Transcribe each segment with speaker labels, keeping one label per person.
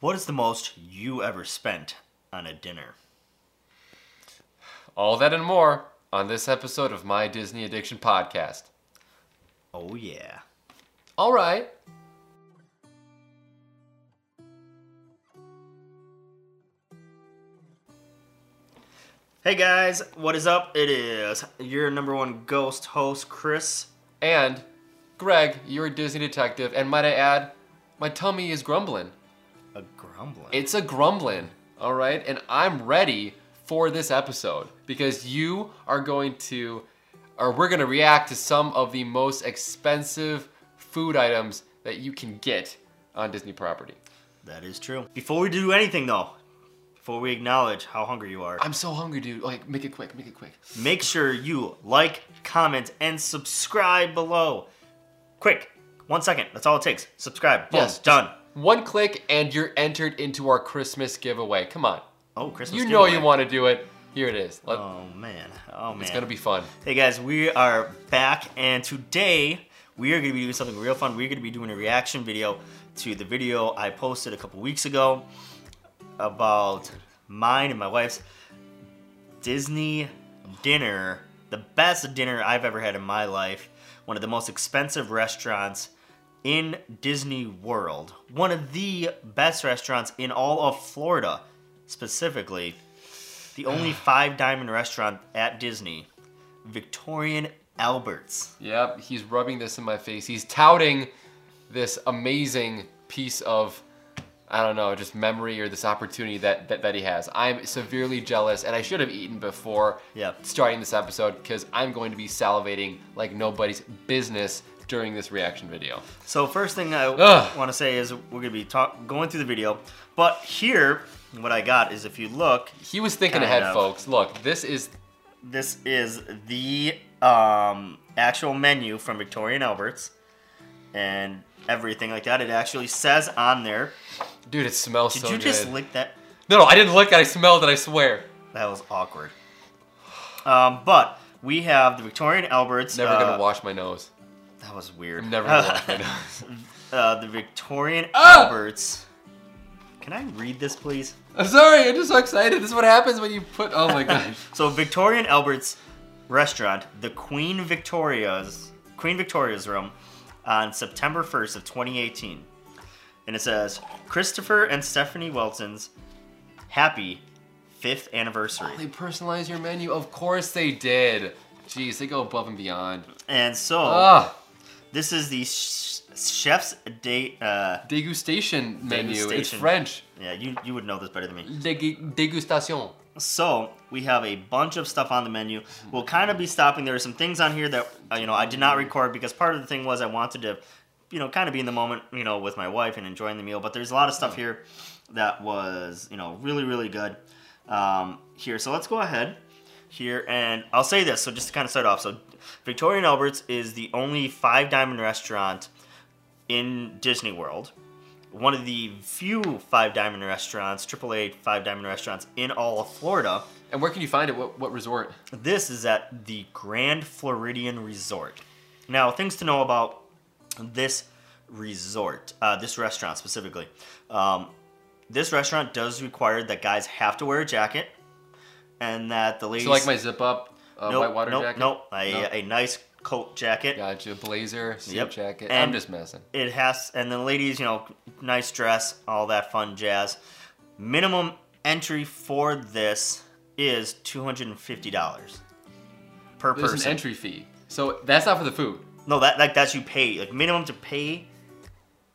Speaker 1: What is the most you ever spent on a dinner?
Speaker 2: All that and more on this episode of My Disney Addiction Podcast.
Speaker 1: Oh, yeah.
Speaker 2: All right.
Speaker 1: Hey guys, what is up? It is your number one ghost host, Chris.
Speaker 2: And Greg, you're a Disney detective, and might I add, my tummy is grumbling.
Speaker 1: A grumbling.
Speaker 2: It's a grumbling, all right? And I'm ready for this episode because you are going to, or we're going to react to some of the most expensive food items that you can get on Disney property.
Speaker 1: that is true. Before we do anything though, before we acknowledge how hungry you are,
Speaker 2: I'm so hungry, dude. Like, make it quick, make it quick.
Speaker 1: make sure you like, comment, and subscribe below. Quick, one second. That's all it takes. Subscribe. Boom.
Speaker 2: Yes.
Speaker 1: Done.
Speaker 2: One click and you're entered into our Christmas giveaway. Come on.
Speaker 1: Oh, Christmas.
Speaker 2: You know
Speaker 1: giveaway.
Speaker 2: you want to do it. Here it is. Let-
Speaker 1: Oh man. Oh man.
Speaker 2: It's going to be fun.
Speaker 1: Hey guys, we are back, and today we are going to be doing something real fun. We're going to be doing a reaction video to the video I posted a couple weeks ago about mine and my wife's Disney dinner, the best dinner I've ever had in my life, one of the most expensive restaurants in Disney World, one of the best restaurants in all of Florida, specifically the only five diamond restaurant at Disney, Victorian Alberts.
Speaker 2: Yep, he's rubbing this in my face. He's touting this amazing piece of I don't know, just memory or this opportunity that that, that he has. I'm severely jealous and I should have eaten before
Speaker 1: Yeah.
Speaker 2: starting this episode because I'm going to be salivating like nobody's business during this reaction video.
Speaker 1: So first thing I
Speaker 2: Ugh.
Speaker 1: want to say is we're gonna be talk- going through the video, but here what I got is if you look,
Speaker 2: He was thinking
Speaker 1: Kind
Speaker 2: ahead,
Speaker 1: of.
Speaker 2: folks. Look, this is
Speaker 1: this is the um, actual menu from Victorian Alberts, and everything like that. It actually says on there.
Speaker 2: dude, it smells
Speaker 1: Did
Speaker 2: so
Speaker 1: you
Speaker 2: good.
Speaker 1: just lick that?
Speaker 2: no, no, I didn't look, I smelled it, I swear.
Speaker 1: That was awkward. Um, but we have the Victorian Alberts.
Speaker 2: Never
Speaker 1: uh,
Speaker 2: gonna wash my nose.
Speaker 1: That was weird.
Speaker 2: I'm never gonna wash my nose.
Speaker 1: uh, the Victorian
Speaker 2: Ah!
Speaker 1: Alberts. Can I read this, please?
Speaker 2: I'm sorry, I'm just so excited. This is what happens when you put oh my gosh.
Speaker 1: So Victorian Alberts restaurant, the Queen Victoria's Queen Victoria's room, on September 1st of 2018, and it says Christopher and Stephanie Welton's happy fifth anniversary.
Speaker 2: They personalized your menu. Of course they did. Jeez, they go above and beyond.
Speaker 1: And so
Speaker 2: Ah,
Speaker 1: this is the sh- chef's date. Uh,
Speaker 2: degustation menu. It's
Speaker 1: Degustation.
Speaker 2: French.
Speaker 1: yeah, you you would know this better than me.
Speaker 2: Deg- degustation.
Speaker 1: So we have a bunch of stuff on the menu. We'll kind of be stopping. There are some things on here that uh, you know I did not record because part of the thing was I wanted to, you know, kind of be in the moment, you know, with my wife and enjoying the meal. But there's a lot of stuff here that was you know really really good um, here. So let's go ahead here and I'll say this. So just to kind of start off, so Victorian Alberts is the only five diamond restaurant in Disney World one of the few five diamond restaurants, AAA five diamond restaurants in all of Florida.
Speaker 2: And where can you find it? What, what resort?
Speaker 1: This is at the Grand Floridian Resort. Now, things to know about this resort, uh, this restaurant specifically. Um, this restaurant does require that guys have to wear a jacket, and that the ladies.
Speaker 2: So like my zip up uh,
Speaker 1: nope,
Speaker 2: white water
Speaker 1: nope,
Speaker 2: jacket.
Speaker 1: Nope, a,
Speaker 2: No.
Speaker 1: a nice coat jacket.
Speaker 2: Gotcha. Blazer, suit
Speaker 1: Yep.
Speaker 2: jacket. I'm
Speaker 1: And-
Speaker 2: just messing.
Speaker 1: it has and the ladies you know nice dress all that fun jazz minimum entry for this is $250 per
Speaker 2: There's
Speaker 1: person
Speaker 2: an entry fee. So that's not for the food.
Speaker 1: no that like that's you pay like minimum to pay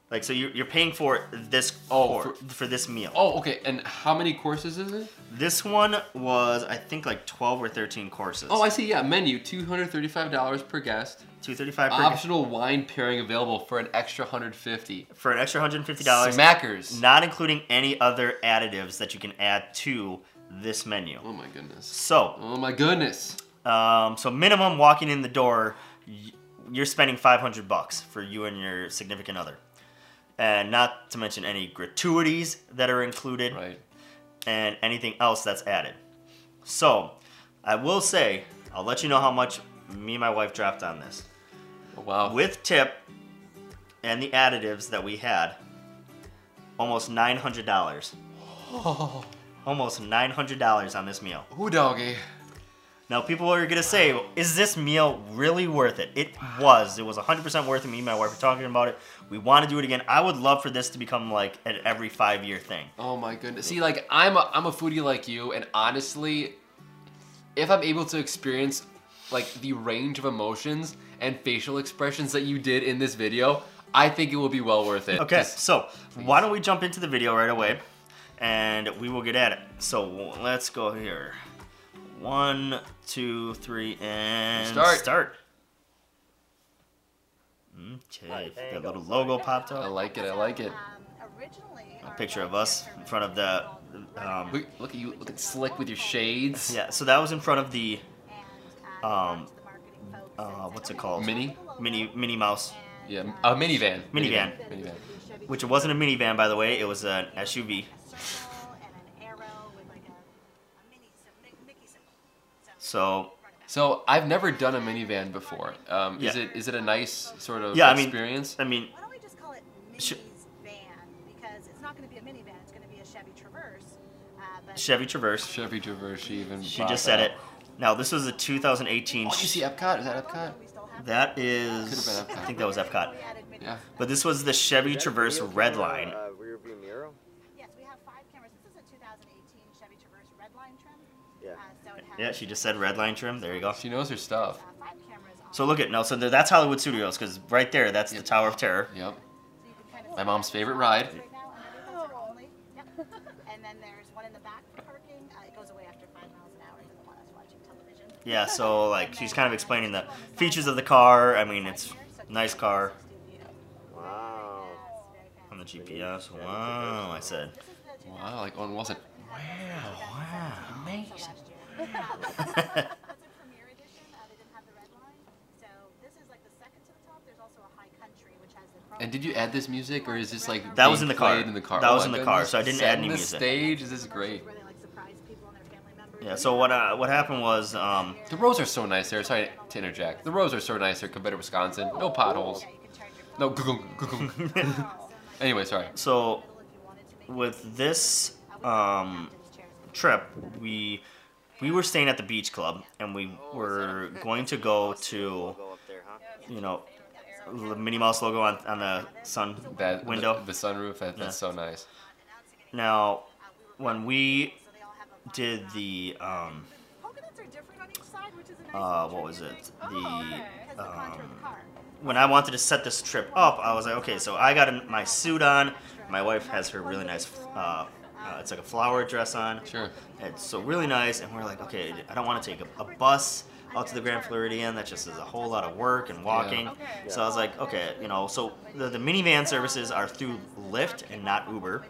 Speaker 1: like so you're, you're paying for this
Speaker 2: Oh,
Speaker 1: for, for this meal
Speaker 2: Oh, okay. And how many courses is it?
Speaker 1: this one was i think like 12 or 13 courses
Speaker 2: Oh, I see. Yeah, menu two hundred thirty-five dollars per guest.
Speaker 1: 235 per
Speaker 2: Optional wine pairing available for an extra hundred fifty.
Speaker 1: for an extra $150
Speaker 2: Smackers.
Speaker 1: not including any other additives that you can add to this menu
Speaker 2: Oh my goodness.
Speaker 1: so
Speaker 2: Oh my goodness.
Speaker 1: Um, so minimum walking in the door, y- you're spending 500 bucks for you and your significant other, and not to mention any gratuities that are included
Speaker 2: Right.
Speaker 1: and anything else that's added. So, I will say, I'll let you know how much me and my wife dropped on this
Speaker 2: Oh, wow.
Speaker 1: with tip and the additives that we had. almost nine hundred dollars. Almost nine hundred dollars on this meal.
Speaker 2: Ooh, doggy.
Speaker 1: Now, people are gonna say, "Is this meal really worth it?" It was. It was 100% worth it. Me and my wife were talking about it. We want to do it again. I would love for this to become like an every five year thing.
Speaker 2: Oh my goodness. See, like I'm a I'm a foodie like you, and honestly, if I'm able to experience like the range of emotions and facial expressions that you did in this video, I think it will be well worth it.
Speaker 1: Okay,
Speaker 2: Just-
Speaker 1: so why don't we jump into the video right away, and we will get at it. So let's go here. One, two, three, and
Speaker 2: Start.
Speaker 1: Start. Okay, the little logo popped
Speaker 2: I
Speaker 1: up.
Speaker 2: like it. I like
Speaker 3: Um,
Speaker 2: it.
Speaker 1: A picture of us in front of the. Um,
Speaker 2: Look, look at you. Look at slick with your shades.
Speaker 1: Yeah, so that was in front of the
Speaker 3: um,
Speaker 1: uh, what's it called?
Speaker 2: Mini?
Speaker 1: mini mini mouse,
Speaker 2: Yeah. A minivan.
Speaker 1: Minivan.
Speaker 2: Minivan.
Speaker 1: which it wasn't a minivan by the way, it was an SUV. So
Speaker 2: So I've never done a minivan before. Um, Is
Speaker 1: Yeah.
Speaker 2: it is it a nice sort of
Speaker 1: Yeah, I mean-
Speaker 2: experience?
Speaker 1: I mean,
Speaker 3: Why don't we just call it Minnie's
Speaker 1: Sh-
Speaker 3: van? Because it's not going to be a minivan. It's going to be a Chevy Traverse. Uh, but
Speaker 1: Chevy Traverse.
Speaker 2: Chevy Traverse. She even.
Speaker 1: She
Speaker 2: brought
Speaker 1: just said it.
Speaker 2: that up.
Speaker 1: Now this was a 2018.
Speaker 2: Oh, did you see Epcot? Is
Speaker 3: I don't
Speaker 2: that
Speaker 3: know,
Speaker 2: Epcot?
Speaker 3: we still have
Speaker 1: That
Speaker 3: it.
Speaker 1: is,
Speaker 2: Could've been
Speaker 1: I think that was Epcot.
Speaker 3: We added Minnie's.
Speaker 2: Yeah.
Speaker 1: But this was the Chevy
Speaker 4: that
Speaker 1: Traverse
Speaker 4: video
Speaker 1: Red
Speaker 4: camera,
Speaker 1: Line.
Speaker 4: Uh, rear view mirror.
Speaker 3: Yes, we have five cameras. This is a 2018 Chevy Traverse Redline trim.
Speaker 4: Yeah.
Speaker 3: Uh, so it has
Speaker 1: Yeah, she just said Red Line trim. There you go.
Speaker 2: She knows her stuff.
Speaker 3: uh, five cameras on
Speaker 1: So look at no, so th- that's Hollywood Studios because right there, that's the
Speaker 2: Yep.
Speaker 1: Tower of Terror.
Speaker 2: Yep.
Speaker 3: So you can kind of
Speaker 2: My mom's favorite ride.
Speaker 3: right now, and I think those are only. Yep. and then there's one in the back for parking. Uh, it goes away after five miles an hour. It doesn't want us watching television.
Speaker 1: Yeah, so like she's kind of explaining the features of the car. I mean, it's nice car
Speaker 4: Wow.
Speaker 1: on the GPS. Wow, I said.
Speaker 2: Wow. Like Owen Wilson.
Speaker 1: Wow.
Speaker 3: Amazing. That's a premier edition. Uh, they didn't have the red line. So this is like the second to the top. There's also a high country, which has the.
Speaker 2: And did you add this music, or is this like
Speaker 1: That was
Speaker 2: being
Speaker 1: in the car.
Speaker 2: played In the car.
Speaker 1: That
Speaker 2: Oh
Speaker 1: was
Speaker 2: my
Speaker 1: in the car, so I
Speaker 2: goodness.
Speaker 1: didn't add
Speaker 2: Setting
Speaker 1: any
Speaker 2: the
Speaker 1: music.
Speaker 2: stage. This is great.
Speaker 3: Where they like surprise people and their family members.
Speaker 1: Yeah. So what uh, what happened was um,
Speaker 2: The roads are so nice there. Sorry to interject. The roads are so nice there compared to Wisconsin. No potholes.
Speaker 3: Yeah, you can charge your phone.
Speaker 2: No. gugunk, gugunk. anyway, sorry.
Speaker 1: so
Speaker 3: If you wanted to make
Speaker 1: with this um, trip, we we were staying at the beach club and we were going to go to
Speaker 4: Go up there, huh?
Speaker 1: you know the Minnie Mouse logo on, on the sun
Speaker 2: That
Speaker 1: window.
Speaker 2: The, the sunroof. That,
Speaker 1: Yeah.
Speaker 2: That's so nice.
Speaker 1: Now, when
Speaker 3: So
Speaker 1: we
Speaker 3: they all have a
Speaker 1: did the um,
Speaker 3: polka dots are different on each side, which is a nice
Speaker 1: uh,
Speaker 3: little
Speaker 1: what
Speaker 3: trick, Oh, I
Speaker 1: was it
Speaker 3: think.
Speaker 1: the um,
Speaker 3: Because the contour of the car.
Speaker 1: when I wanted to set this trip up, I was like, okay, so I got my suit on. My wife has her really nice, uh, uh, it's like a flower dress on.
Speaker 2: Sure.
Speaker 1: It's so really nice, and we're like, okay, I don't want to take a, a bus out to the Grand Floridian. That just is a whole lot of work and walking. So I was like, okay, you know, so the, the minivan services are through Lyft and not Uber.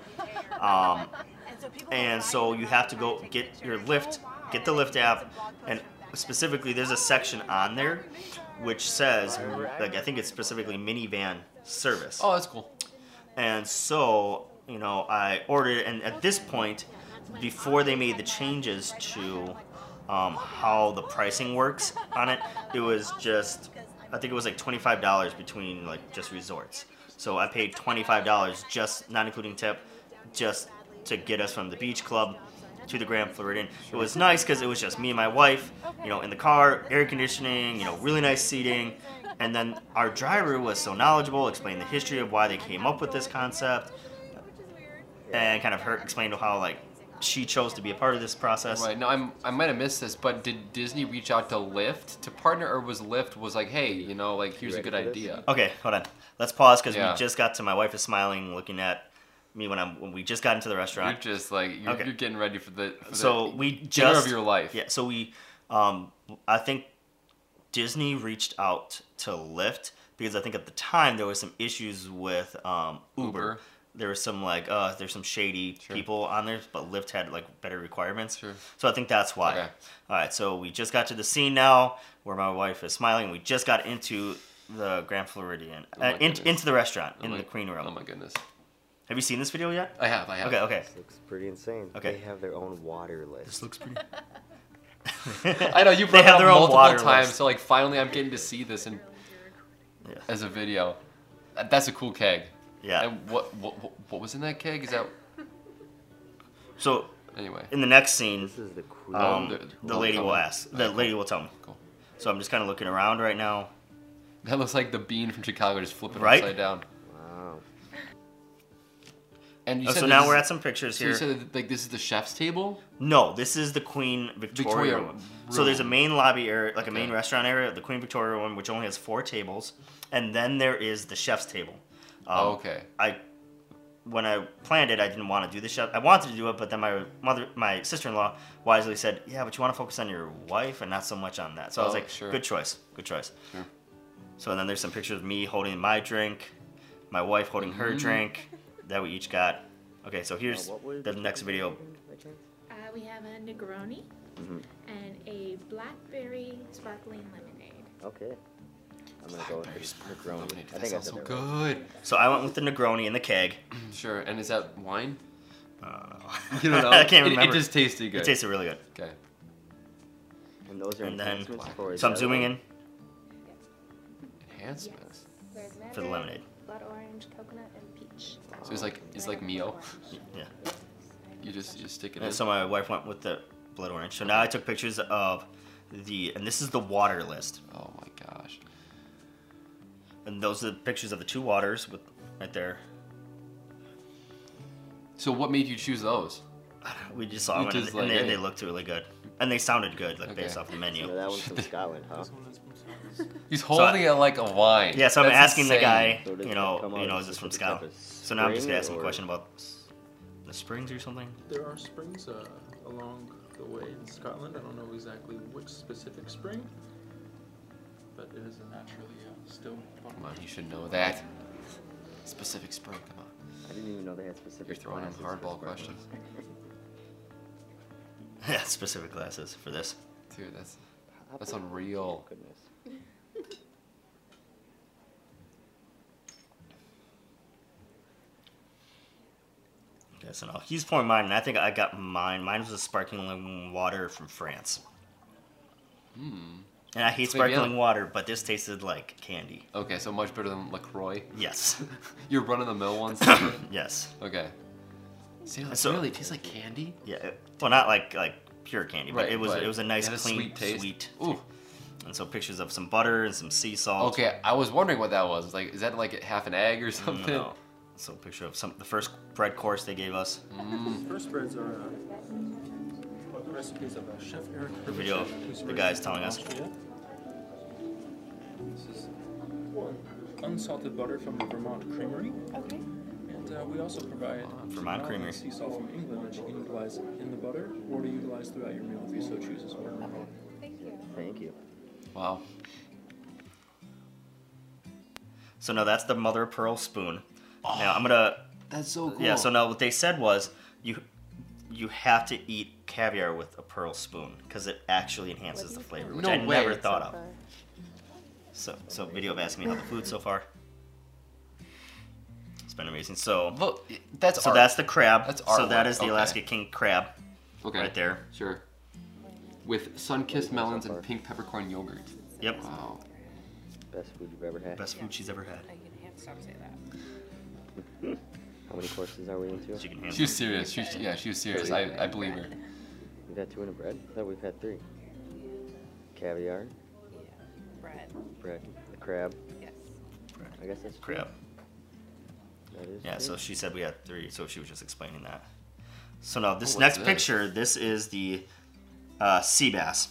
Speaker 1: Um,
Speaker 3: And so people
Speaker 1: and so you have to go get your Lyft,
Speaker 3: Oh,
Speaker 1: get the Lyft app, and specifically there's a section on there which says, like I think it's specifically minivan service.
Speaker 2: Oh, that's cool.
Speaker 1: And so, you know, I ordered, and at this point, before they made the changes to um, how the pricing works on it, it was just, I think it was like $25 between like just resorts. So I paid $25 just, not including tip, just to get us from the beach club to the Grand Floridian. It was nice because it was just me and my wife, you know, in the car, air conditioning, you know, really nice seating. And then our driver was so knowledgeable, explained the history of why they came up with this concept, and kind of her explained how like she chose to be a part of this process.
Speaker 2: Right now, I'm I might have missed this, but did Disney reach out to Lyft to partner, or was Lyft was like, hey, you know, like here's a
Speaker 4: ready
Speaker 2: good
Speaker 4: for this?
Speaker 2: idea?
Speaker 1: Okay, hold on. Let's pause because
Speaker 2: Yeah.
Speaker 1: we just got to. My wife is smiling, looking at me when I'm when we just got into the
Speaker 2: You're
Speaker 1: restaurant.
Speaker 2: just like you're,
Speaker 1: Oh, Okay.
Speaker 2: you're getting ready for the for
Speaker 1: so
Speaker 2: the
Speaker 1: we
Speaker 2: dinner
Speaker 1: just
Speaker 2: of your life.
Speaker 1: Yeah. So we, um, I think Disney reached out to Lyft because I think at the time there was some issues with um, Uber.
Speaker 2: Uber.
Speaker 1: There was some like uh, there's some shady
Speaker 2: Sure.
Speaker 1: people on there, but Lyft had like better requirements.
Speaker 2: Sure.
Speaker 1: So I think that's why.
Speaker 2: Okay.
Speaker 1: All right. So we just got to the scene now where my wife is smiling. We just got into the Grand Floridian,
Speaker 2: Oh my
Speaker 1: uh, in,
Speaker 2: goodness.
Speaker 1: into the restaurant in
Speaker 2: my-
Speaker 1: the Queen Room.
Speaker 2: Oh my goodess.
Speaker 1: Have you seen this video yet?
Speaker 2: I have. I have.
Speaker 1: Okay. Okay.
Speaker 4: This looks pretty insane.
Speaker 1: Okay.
Speaker 4: They have their own water list.
Speaker 1: looks pretty.
Speaker 2: I know you
Speaker 1: They
Speaker 2: brought it
Speaker 1: have
Speaker 2: up
Speaker 1: their own
Speaker 2: multiple
Speaker 1: water
Speaker 2: times,
Speaker 1: list.
Speaker 2: so like finally I'm getting to see this in
Speaker 1: Yeah.
Speaker 2: as a video. That- That's a cool keg.
Speaker 1: Yeah.
Speaker 2: And what, what what- what was in that keg? Is that
Speaker 1: So
Speaker 2: anyway?
Speaker 1: in the next scene,
Speaker 4: This is the queen.
Speaker 1: um,
Speaker 2: the-
Speaker 1: the lady will
Speaker 2: okay.
Speaker 1: ask. The lady will tell me.
Speaker 2: Cool.
Speaker 1: So I'm just kind of looking around right now.
Speaker 2: That looks like the bean from Chicago just flipping
Speaker 1: Right?
Speaker 2: upside down.
Speaker 4: wow.
Speaker 2: And you
Speaker 1: Oh,
Speaker 2: said
Speaker 1: so
Speaker 2: that
Speaker 1: now
Speaker 2: this
Speaker 1: we're
Speaker 2: is-
Speaker 1: at some pictures
Speaker 2: So
Speaker 1: here.
Speaker 2: you said that, like this is the chef's table.
Speaker 1: No, this is the Queen Victoria,
Speaker 2: Victoria
Speaker 1: one. So there's a
Speaker 2: room.
Speaker 1: main lobby area, like a main
Speaker 2: Okay.
Speaker 1: restaurant area, the Queen Victoria one, which only has four tables, and then there is the chef's table. Um,
Speaker 2: Oh, okay.
Speaker 1: I when I planned it, I didn't want to do the chef. I wanted to do it, but then my mother, my sister-in-law, wisely said, "Yeah, but you want to focus on your wife and not so much on that." So I was
Speaker 2: Oh,
Speaker 1: like,
Speaker 2: sure.
Speaker 1: "Good choice, good choice."
Speaker 2: Sure.
Speaker 1: So then there's some pictures of me holding my drink, my wife holding her
Speaker 2: Mhm.
Speaker 1: drink that we each got. Okay, so
Speaker 4: Now,
Speaker 1: here's
Speaker 4: what were
Speaker 1: the next video.
Speaker 4: by chance?
Speaker 5: Uh, we have a Negroni
Speaker 2: Mm-hmm.
Speaker 4: Mhm.
Speaker 5: and a blackberry sparkling lemonade.
Speaker 4: Okay. I'm gonna go with
Speaker 2: Blackberry
Speaker 4: the
Speaker 2: sparkling
Speaker 4: Negroni.
Speaker 2: lemonade.
Speaker 4: I
Speaker 2: That
Speaker 4: think I
Speaker 2: sounds
Speaker 4: said
Speaker 2: so
Speaker 4: that right.
Speaker 2: good.
Speaker 1: So I went with the Negroni and the keg.
Speaker 2: Sure. And is that wine?
Speaker 1: Uh,
Speaker 2: You don't know.
Speaker 1: I can't
Speaker 2: Oh. It-
Speaker 1: remember.
Speaker 2: It, just tasted good.
Speaker 1: It tasted really good.
Speaker 2: okay.
Speaker 4: And those are
Speaker 1: And then-
Speaker 4: enhancements for is
Speaker 1: So I'm
Speaker 4: that
Speaker 1: zooming
Speaker 4: one?
Speaker 1: in
Speaker 2: Enhancements.
Speaker 5: There's
Speaker 1: for the lemonade.
Speaker 5: blood orange, coconut, and peach.
Speaker 2: So it's like it's like Mio.
Speaker 1: Yeah.
Speaker 2: You just you just stick it in.
Speaker 1: And so my wife went with the blood orange. So now I took pictures of the, and this is the water list.
Speaker 2: oh my gosh.
Speaker 1: And those are the pictures of the two waters with right there.
Speaker 2: So what made you choose those?
Speaker 1: We just saw
Speaker 2: You
Speaker 1: them and,
Speaker 2: just
Speaker 1: and
Speaker 2: like,
Speaker 1: they, they
Speaker 2: hey.
Speaker 1: looked really good. And they sounded good, like based
Speaker 2: Okay.
Speaker 1: off the
Speaker 4: You
Speaker 1: menu.
Speaker 4: know, that one's from Scotland, huh?
Speaker 2: He's holding it like a wine.
Speaker 1: Yeah, so I'm
Speaker 2: That's
Speaker 1: asking the
Speaker 2: insane.
Speaker 1: guy,
Speaker 4: So does
Speaker 1: you
Speaker 4: that
Speaker 1: know,
Speaker 4: come out
Speaker 1: you know,
Speaker 4: of
Speaker 1: is this from
Speaker 4: specific type
Speaker 1: Scotland?
Speaker 4: of
Speaker 1: So now I'm just gonna ask him
Speaker 4: spring
Speaker 1: a
Speaker 4: or-
Speaker 1: question about the springs or something.
Speaker 6: There are springs uh, along the way in Scotland. I don't know exactly which specific spring, but it is a naturally uh, still
Speaker 2: Come on, you should know that. Specific spring. Come on.
Speaker 4: I didn't even know they had specific.
Speaker 2: You're throwing in
Speaker 4: classes for
Speaker 2: hardball
Speaker 4: Scotland.
Speaker 2: questions.
Speaker 1: Yeah, specific glasses for this.
Speaker 2: Dude, that's
Speaker 4: How
Speaker 2: That's
Speaker 4: about-
Speaker 2: unreal.
Speaker 4: Goodness.
Speaker 1: Okay, so now he's pouring mine, and I think I got mine. Mine was a sparkling water from France.
Speaker 2: hmm.
Speaker 1: And I hate
Speaker 2: It's maybe
Speaker 1: sparkling
Speaker 2: it.
Speaker 1: water, but this tasted like candy.
Speaker 2: Okay, so much better than Lacroix.
Speaker 1: Yes.
Speaker 2: You're running the mill ones.
Speaker 1: yes.
Speaker 2: okay. See, it
Speaker 1: So-
Speaker 2: really tastes like candy.
Speaker 1: Yeah. it- well, not like like pure candy, but it was it was a nice
Speaker 2: had
Speaker 1: clean sweet.
Speaker 2: taste.
Speaker 1: sweet
Speaker 2: Ooh.
Speaker 1: And so pictures of some butter and some sea salt.
Speaker 2: Okay, I was wondering what that was. It's Like, is that like half an egg or
Speaker 1: Mm,
Speaker 2: something?
Speaker 1: no. So picture of some the first bread course they gave us.
Speaker 2: Hmm.
Speaker 1: Hmm.
Speaker 6: First breads are uh, recipes of uh, Chef Eric
Speaker 1: The video of
Speaker 6: Herbert, who's
Speaker 1: the guys
Speaker 6: originally
Speaker 1: telling
Speaker 6: from
Speaker 1: us.
Speaker 6: Austria. This is unsalted butter from the Vermont Creamery.
Speaker 5: Okay.
Speaker 6: And uh, we also provide
Speaker 1: Vermont
Speaker 6: Malawi
Speaker 1: Creamery.
Speaker 6: sea salt from England, which you can utilize in the butter or to utilize throughout your meal if you so choose as well.
Speaker 5: Thank you.
Speaker 4: Thank you.
Speaker 2: Wow.
Speaker 1: So now that's the mother of pearl spoon.
Speaker 2: Oh.
Speaker 1: Now I'm gonna
Speaker 2: That's so cool.
Speaker 1: yeah. So now what they said was you you have to eat caviar with a pearl spoon because it actually enhances the flavor, which
Speaker 2: No
Speaker 1: I
Speaker 2: way.
Speaker 1: never thought of. So, so video of asking me how the food so far. It's been amazing. So,
Speaker 2: Look, that's
Speaker 1: so
Speaker 2: art.
Speaker 1: that's the crab.
Speaker 2: That's
Speaker 1: so that
Speaker 2: artwork,
Speaker 1: is the
Speaker 2: okay.
Speaker 1: Alaska king crab
Speaker 2: okay.
Speaker 1: right there.
Speaker 2: Sure. With sun-kissed melons and pink peppercorn yogurt.
Speaker 1: Yep,
Speaker 3: Oh.
Speaker 2: Wow.
Speaker 4: Best food you've ever had.
Speaker 1: best food she's ever had.
Speaker 4: How many courses are we into?
Speaker 1: She can handle.
Speaker 2: She was serious. She was, yeah, she was serious. I, I believe her.
Speaker 4: We've had two in a bread. I thought we've had three. Caviar,
Speaker 7: Bread,
Speaker 4: bread, the crab.
Speaker 7: yes.
Speaker 4: I guess that's true.
Speaker 1: crab.
Speaker 4: That is
Speaker 1: Yeah.
Speaker 4: true.
Speaker 1: So she said we had three. So she was just explaining that. So now this
Speaker 2: what's
Speaker 1: next
Speaker 2: this?
Speaker 1: picture, this is the uh, sea bass,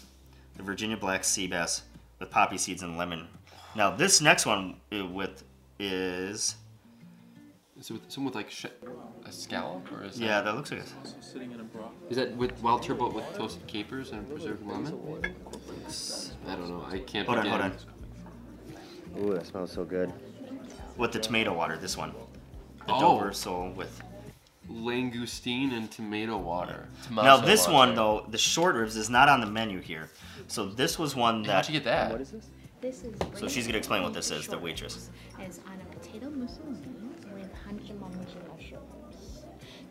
Speaker 1: the Virginia black sea bass with poppy seeds and lemon. Now this next one uh, with is
Speaker 2: So with, someone with like sh- a scallop or is
Speaker 1: yeah
Speaker 2: That,
Speaker 1: that looks like a,
Speaker 6: Also sitting in a broth.
Speaker 2: is that with wild turbot with toasted capers and preserved lemon? I don't know. I can't.
Speaker 1: hold on
Speaker 2: begin.
Speaker 1: hold on
Speaker 4: Ooh, that smells so good.
Speaker 1: with the tomato water. This one, the
Speaker 2: Oh.
Speaker 1: Dover sole with
Speaker 2: Langoustine and tomato water.
Speaker 1: Now this one though, the short ribs is not on the menu here. So this was one
Speaker 2: How'd
Speaker 1: that
Speaker 2: you get that?
Speaker 4: What is this?
Speaker 5: This is.
Speaker 1: So she's gonna explain what this is, the waitress.
Speaker 5: Is on a potato muslin with honey and Parmesan mushrooms.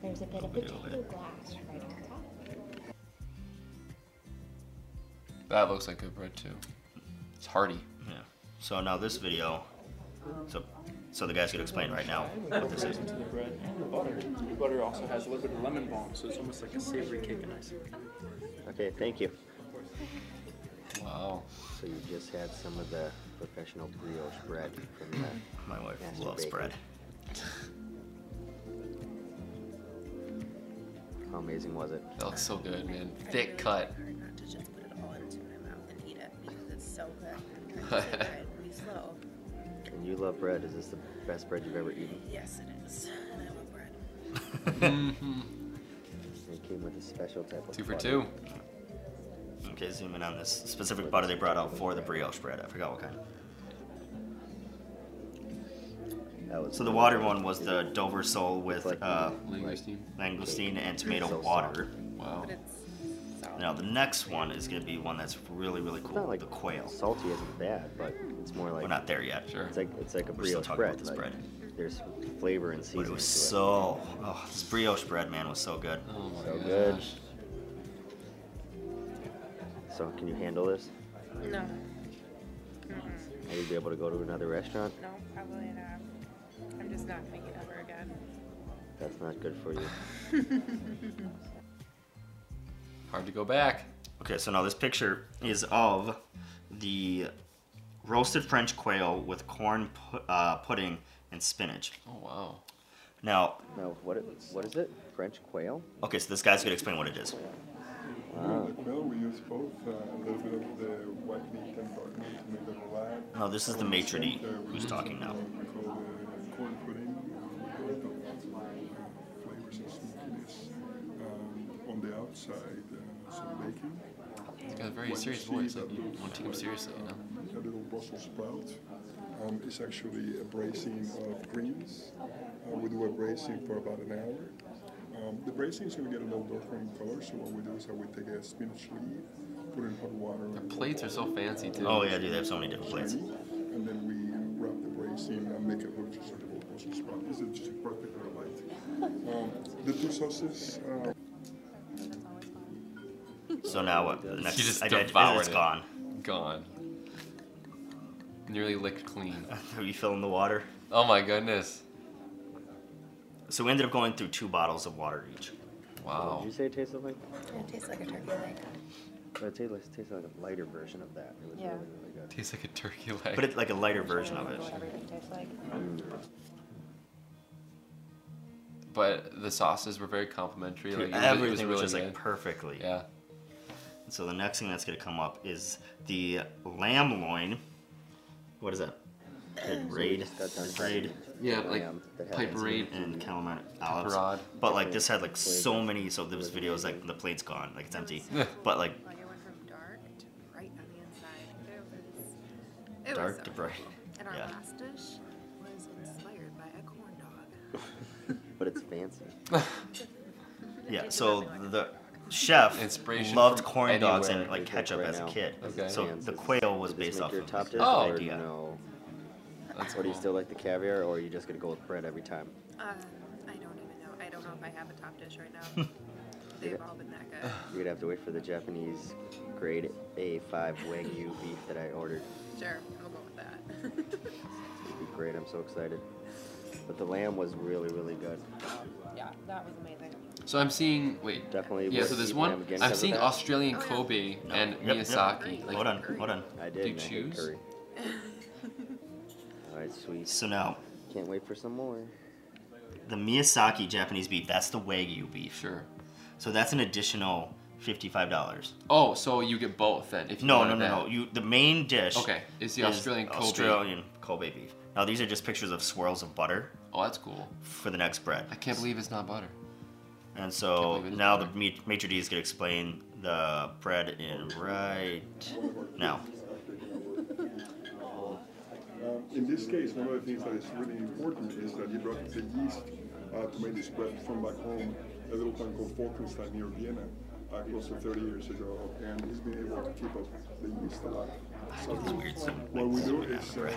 Speaker 5: There's a bit of
Speaker 1: Little
Speaker 5: potato glass right on top.
Speaker 2: That looks like good bread too. It's hearty.
Speaker 1: yeah. So now this video. So So the guy's gonna explain right now what this is.
Speaker 6: Into the bread and the butter. The butter also has a little bit of lemon balm, so it's almost like a savory cake and icing.
Speaker 4: Okay, thank you.
Speaker 2: Wow.
Speaker 4: So you just had some of the professional brioche bread from the.
Speaker 1: My wife
Speaker 4: Master
Speaker 1: loves
Speaker 4: baker.
Speaker 1: bread.
Speaker 4: How amazing was it?
Speaker 2: That looks so good, man. Thick cut.
Speaker 7: Hard not to just put it all into my mouth and eat it because it's so good. I'm trying to savor it and be slow.
Speaker 4: And you love bread. Is this the best bread you've ever eaten?
Speaker 7: Yes, it is. And I love bread.
Speaker 4: It came with a special type of.
Speaker 2: Two for
Speaker 4: butter.
Speaker 2: two.
Speaker 1: Okay, zoom in on this specific butter they brought out for the brioche bread. I forgot what kind.
Speaker 4: That was
Speaker 1: So the water one was the Dover sole with
Speaker 4: Like-
Speaker 1: uh,
Speaker 2: Linguistine.
Speaker 1: langoustine and
Speaker 4: So
Speaker 1: tomato
Speaker 4: soft.
Speaker 1: water.
Speaker 2: Wow.
Speaker 7: But it's solid.
Speaker 1: Now the next one is gonna be one that's really really
Speaker 4: It's
Speaker 1: cool.
Speaker 4: not like
Speaker 1: the quail.
Speaker 4: Salty isn't bad, but it's more like
Speaker 1: We're not there yet.
Speaker 2: Sure.
Speaker 4: It's like it's like a
Speaker 1: We're still
Speaker 4: brioche
Speaker 1: talking
Speaker 4: bread.
Speaker 1: about this
Speaker 4: like,
Speaker 1: bread.
Speaker 4: There's flavor and
Speaker 1: But
Speaker 4: seasoning.
Speaker 1: it was
Speaker 4: to
Speaker 1: so. Oh, this brioche bread, man, was so good.
Speaker 2: Oh my
Speaker 4: So
Speaker 2: gosh.
Speaker 4: good. So can you handle this?
Speaker 7: No.
Speaker 4: Will you be able to go to another restaurant?
Speaker 7: No, probably not. I'm just not going to eat ever again.
Speaker 4: That's not good for you.
Speaker 2: Hard to go back.
Speaker 1: Okay, so now this picture is of the roasted French quail with corn pu- uh, pudding and spinach.
Speaker 2: Oh wow.
Speaker 1: Now,
Speaker 4: No, what it, what is it? French quail?
Speaker 1: okay, so this guy's gonna explain what it is.
Speaker 8: With the quail, we use both uh, a little bit of the white meat and dark meat to make them alive.
Speaker 1: No, this is the maitre d'
Speaker 8: Uh, we
Speaker 1: who's
Speaker 8: use
Speaker 1: talking now.
Speaker 8: what we call the corn pudding. uh, with the lots of Flavors and smokiness. Um, on the outside, uh, some bacon.
Speaker 2: He's got a very
Speaker 8: When you
Speaker 2: serious
Speaker 8: see
Speaker 2: voice.
Speaker 8: that
Speaker 2: Like you
Speaker 8: looks
Speaker 2: want to take him
Speaker 8: like,
Speaker 2: seriously, you know.
Speaker 8: um, A little Brussels sprout um, is actually a braising of greens. Uh, we do a braising for about an hour. Um, the braising is going to get a little different color, so what we do is that we take a spinach leaf, put it in hot water.
Speaker 2: Their plates are so fancy too.
Speaker 1: Oh yeah, dude, they have so many different plates.
Speaker 8: And then we wrap the braising and make it look just like a little Brussels sprout. This is just perfect delight. Um, the two sauces. Uh,
Speaker 1: So now what? The next,
Speaker 2: just
Speaker 1: I, I,
Speaker 2: devoured
Speaker 1: it's
Speaker 2: it.
Speaker 1: gone.
Speaker 2: Gone. Nearly licked clean.
Speaker 1: Are you filling the water?
Speaker 2: Oh my goodness.
Speaker 1: So we ended up going through two bottles of water each.
Speaker 4: What
Speaker 1: Oh,
Speaker 4: did
Speaker 2: Wow.
Speaker 4: you say it tasted like?
Speaker 7: It tastes like a turkey leg.
Speaker 4: Well, it tastes like, tastes like a lighter version of that. It was
Speaker 7: Yeah.
Speaker 4: really, really good.
Speaker 2: Tastes like a turkey leg.
Speaker 1: But it's like a lighter version of it.
Speaker 7: What everything tastes like.
Speaker 2: But the sauces were very complimentary. Like, it was- it was
Speaker 1: Everything was
Speaker 2: really
Speaker 1: just like
Speaker 2: good.
Speaker 1: perfectly.
Speaker 2: Yeah.
Speaker 1: So the next thing that's gonna come up is the lamb loin. What is that? Raid,
Speaker 4: just got done
Speaker 1: raid,
Speaker 2: Yeah,
Speaker 4: like Lamb that had
Speaker 2: pipe
Speaker 4: onions in
Speaker 2: raid.
Speaker 1: and calamari olives.
Speaker 2: Pepperod.
Speaker 1: But like this had like so many. So there was videos like the plate's gone, like it's empty. But like
Speaker 7: Like it went from dark to bright on the inside. It was. It was
Speaker 1: dark
Speaker 7: so
Speaker 1: to bright.
Speaker 7: cool. And our
Speaker 1: Yeah.
Speaker 7: last dish was inspired by a corn dog.
Speaker 4: But it's fancy.
Speaker 1: Yeah.
Speaker 7: tasted
Speaker 1: so
Speaker 7: nothing like a
Speaker 1: the chef
Speaker 2: Inspiration
Speaker 1: loved
Speaker 2: from
Speaker 1: corn dogs
Speaker 2: anywhere.
Speaker 1: and like
Speaker 4: Like
Speaker 1: ketchup
Speaker 4: right
Speaker 1: as a
Speaker 4: now.
Speaker 1: kid.
Speaker 2: Okay.
Speaker 1: So
Speaker 4: Fancy.
Speaker 1: the quail was
Speaker 4: Did this
Speaker 1: based
Speaker 4: make
Speaker 1: off
Speaker 4: your
Speaker 1: of
Speaker 4: top
Speaker 1: this
Speaker 4: dish
Speaker 2: Oh.
Speaker 4: or
Speaker 1: idea.
Speaker 4: No.
Speaker 2: That's
Speaker 4: Or do you
Speaker 2: cool.
Speaker 4: still like the caviar, or are you just gonna go with bread every time?
Speaker 7: Uh, I don't even know. I don't know if I have a top dish right now. They've all been that good.
Speaker 4: You're gonna have to wait for the Japanese grade A5 Wagyu beef that I ordered.
Speaker 7: Sure, we'll go with that.
Speaker 4: It'll be great. I'm so excited. But the lamb was really, really good.
Speaker 7: yeah, that was amazing.
Speaker 2: So I'm seeing. Wait.
Speaker 4: Definitely
Speaker 2: Yeah.
Speaker 4: worth
Speaker 2: So there's
Speaker 4: eating them
Speaker 2: one.
Speaker 4: again
Speaker 2: I'm
Speaker 4: because of
Speaker 2: seeing
Speaker 4: that.
Speaker 2: Australian
Speaker 7: Oh, yeah.
Speaker 2: Kobe and
Speaker 1: Yep, yep.
Speaker 2: Miyazaki. Like,
Speaker 1: Hold on, hold on.
Speaker 4: I did.
Speaker 2: Do you
Speaker 4: and I hate
Speaker 2: choose?
Speaker 4: curry. All right, sweet.
Speaker 1: So now
Speaker 4: Can't wait for some more.
Speaker 1: the Miyazaki Japanese beef, that's the Wagyu beef.
Speaker 2: Sure.
Speaker 1: So that's an additional fifty-five dollars.
Speaker 2: Oh, so you get both then? If you
Speaker 1: No, no,
Speaker 2: wanted
Speaker 1: no, no.
Speaker 2: that.
Speaker 1: You the main dish.
Speaker 2: Okay, it's the
Speaker 1: is
Speaker 2: Australian Kobe.
Speaker 1: Australian Kobe beef. Now these are just pictures of swirls of butter
Speaker 2: Oh, that's cool.
Speaker 1: for the next bread.
Speaker 2: I can't believe it's not butter.
Speaker 1: And
Speaker 2: can't
Speaker 1: so
Speaker 2: believe it is
Speaker 1: now the
Speaker 2: butter.
Speaker 1: ma- maitre d is gonna explain the bread in right now.
Speaker 8: Um, in this case, one of the things that is really important is that he brought the yeast uh, to make this bread from back home, a little town called Falkenstein near Vienna, uh, close to 30 years ago, and he's been able to keep up the yeast alive. So
Speaker 1: It's weird. So,
Speaker 8: what we do is uh,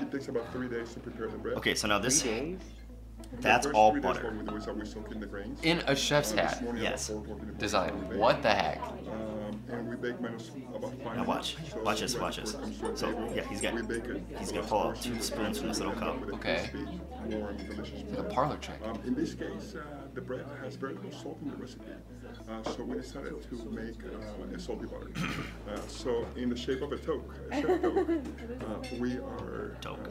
Speaker 8: it takes about three days to prepare the bread.
Speaker 1: okay, so now this
Speaker 4: Three days?
Speaker 8: The
Speaker 1: that's
Speaker 8: first
Speaker 1: all
Speaker 8: three days,
Speaker 1: butter.
Speaker 8: What we do is that we soak in the grains.
Speaker 2: In a chef's
Speaker 8: Uh, this
Speaker 2: hat
Speaker 8: morning at
Speaker 1: Yes.
Speaker 8: four o'clock in the morning,
Speaker 2: design.
Speaker 8: we bake.
Speaker 2: What the heck?
Speaker 8: Um, and we bake minus about five
Speaker 1: Now watch.
Speaker 8: minutes. So
Speaker 1: Watch this,
Speaker 8: right
Speaker 1: watch
Speaker 8: before
Speaker 1: this.
Speaker 8: it comes to
Speaker 1: So,
Speaker 8: a table,
Speaker 1: yeah, he's got-
Speaker 8: we bake it.
Speaker 1: he's
Speaker 8: About
Speaker 1: gonna pull out
Speaker 8: six
Speaker 1: two
Speaker 8: hours,
Speaker 1: spoons from this little
Speaker 8: and
Speaker 1: cup.
Speaker 8: with a
Speaker 2: Okay.
Speaker 8: crispy, warm, delicious
Speaker 2: The
Speaker 8: bread.
Speaker 2: parlor trick.
Speaker 8: Um, in this case, uh, the bread has very little salt in the recipe, uh, so we decided to make uh, a salty butter. Uh, so, in the shape of a toque, a chef toque, uh, we are uh,
Speaker 1: Toque.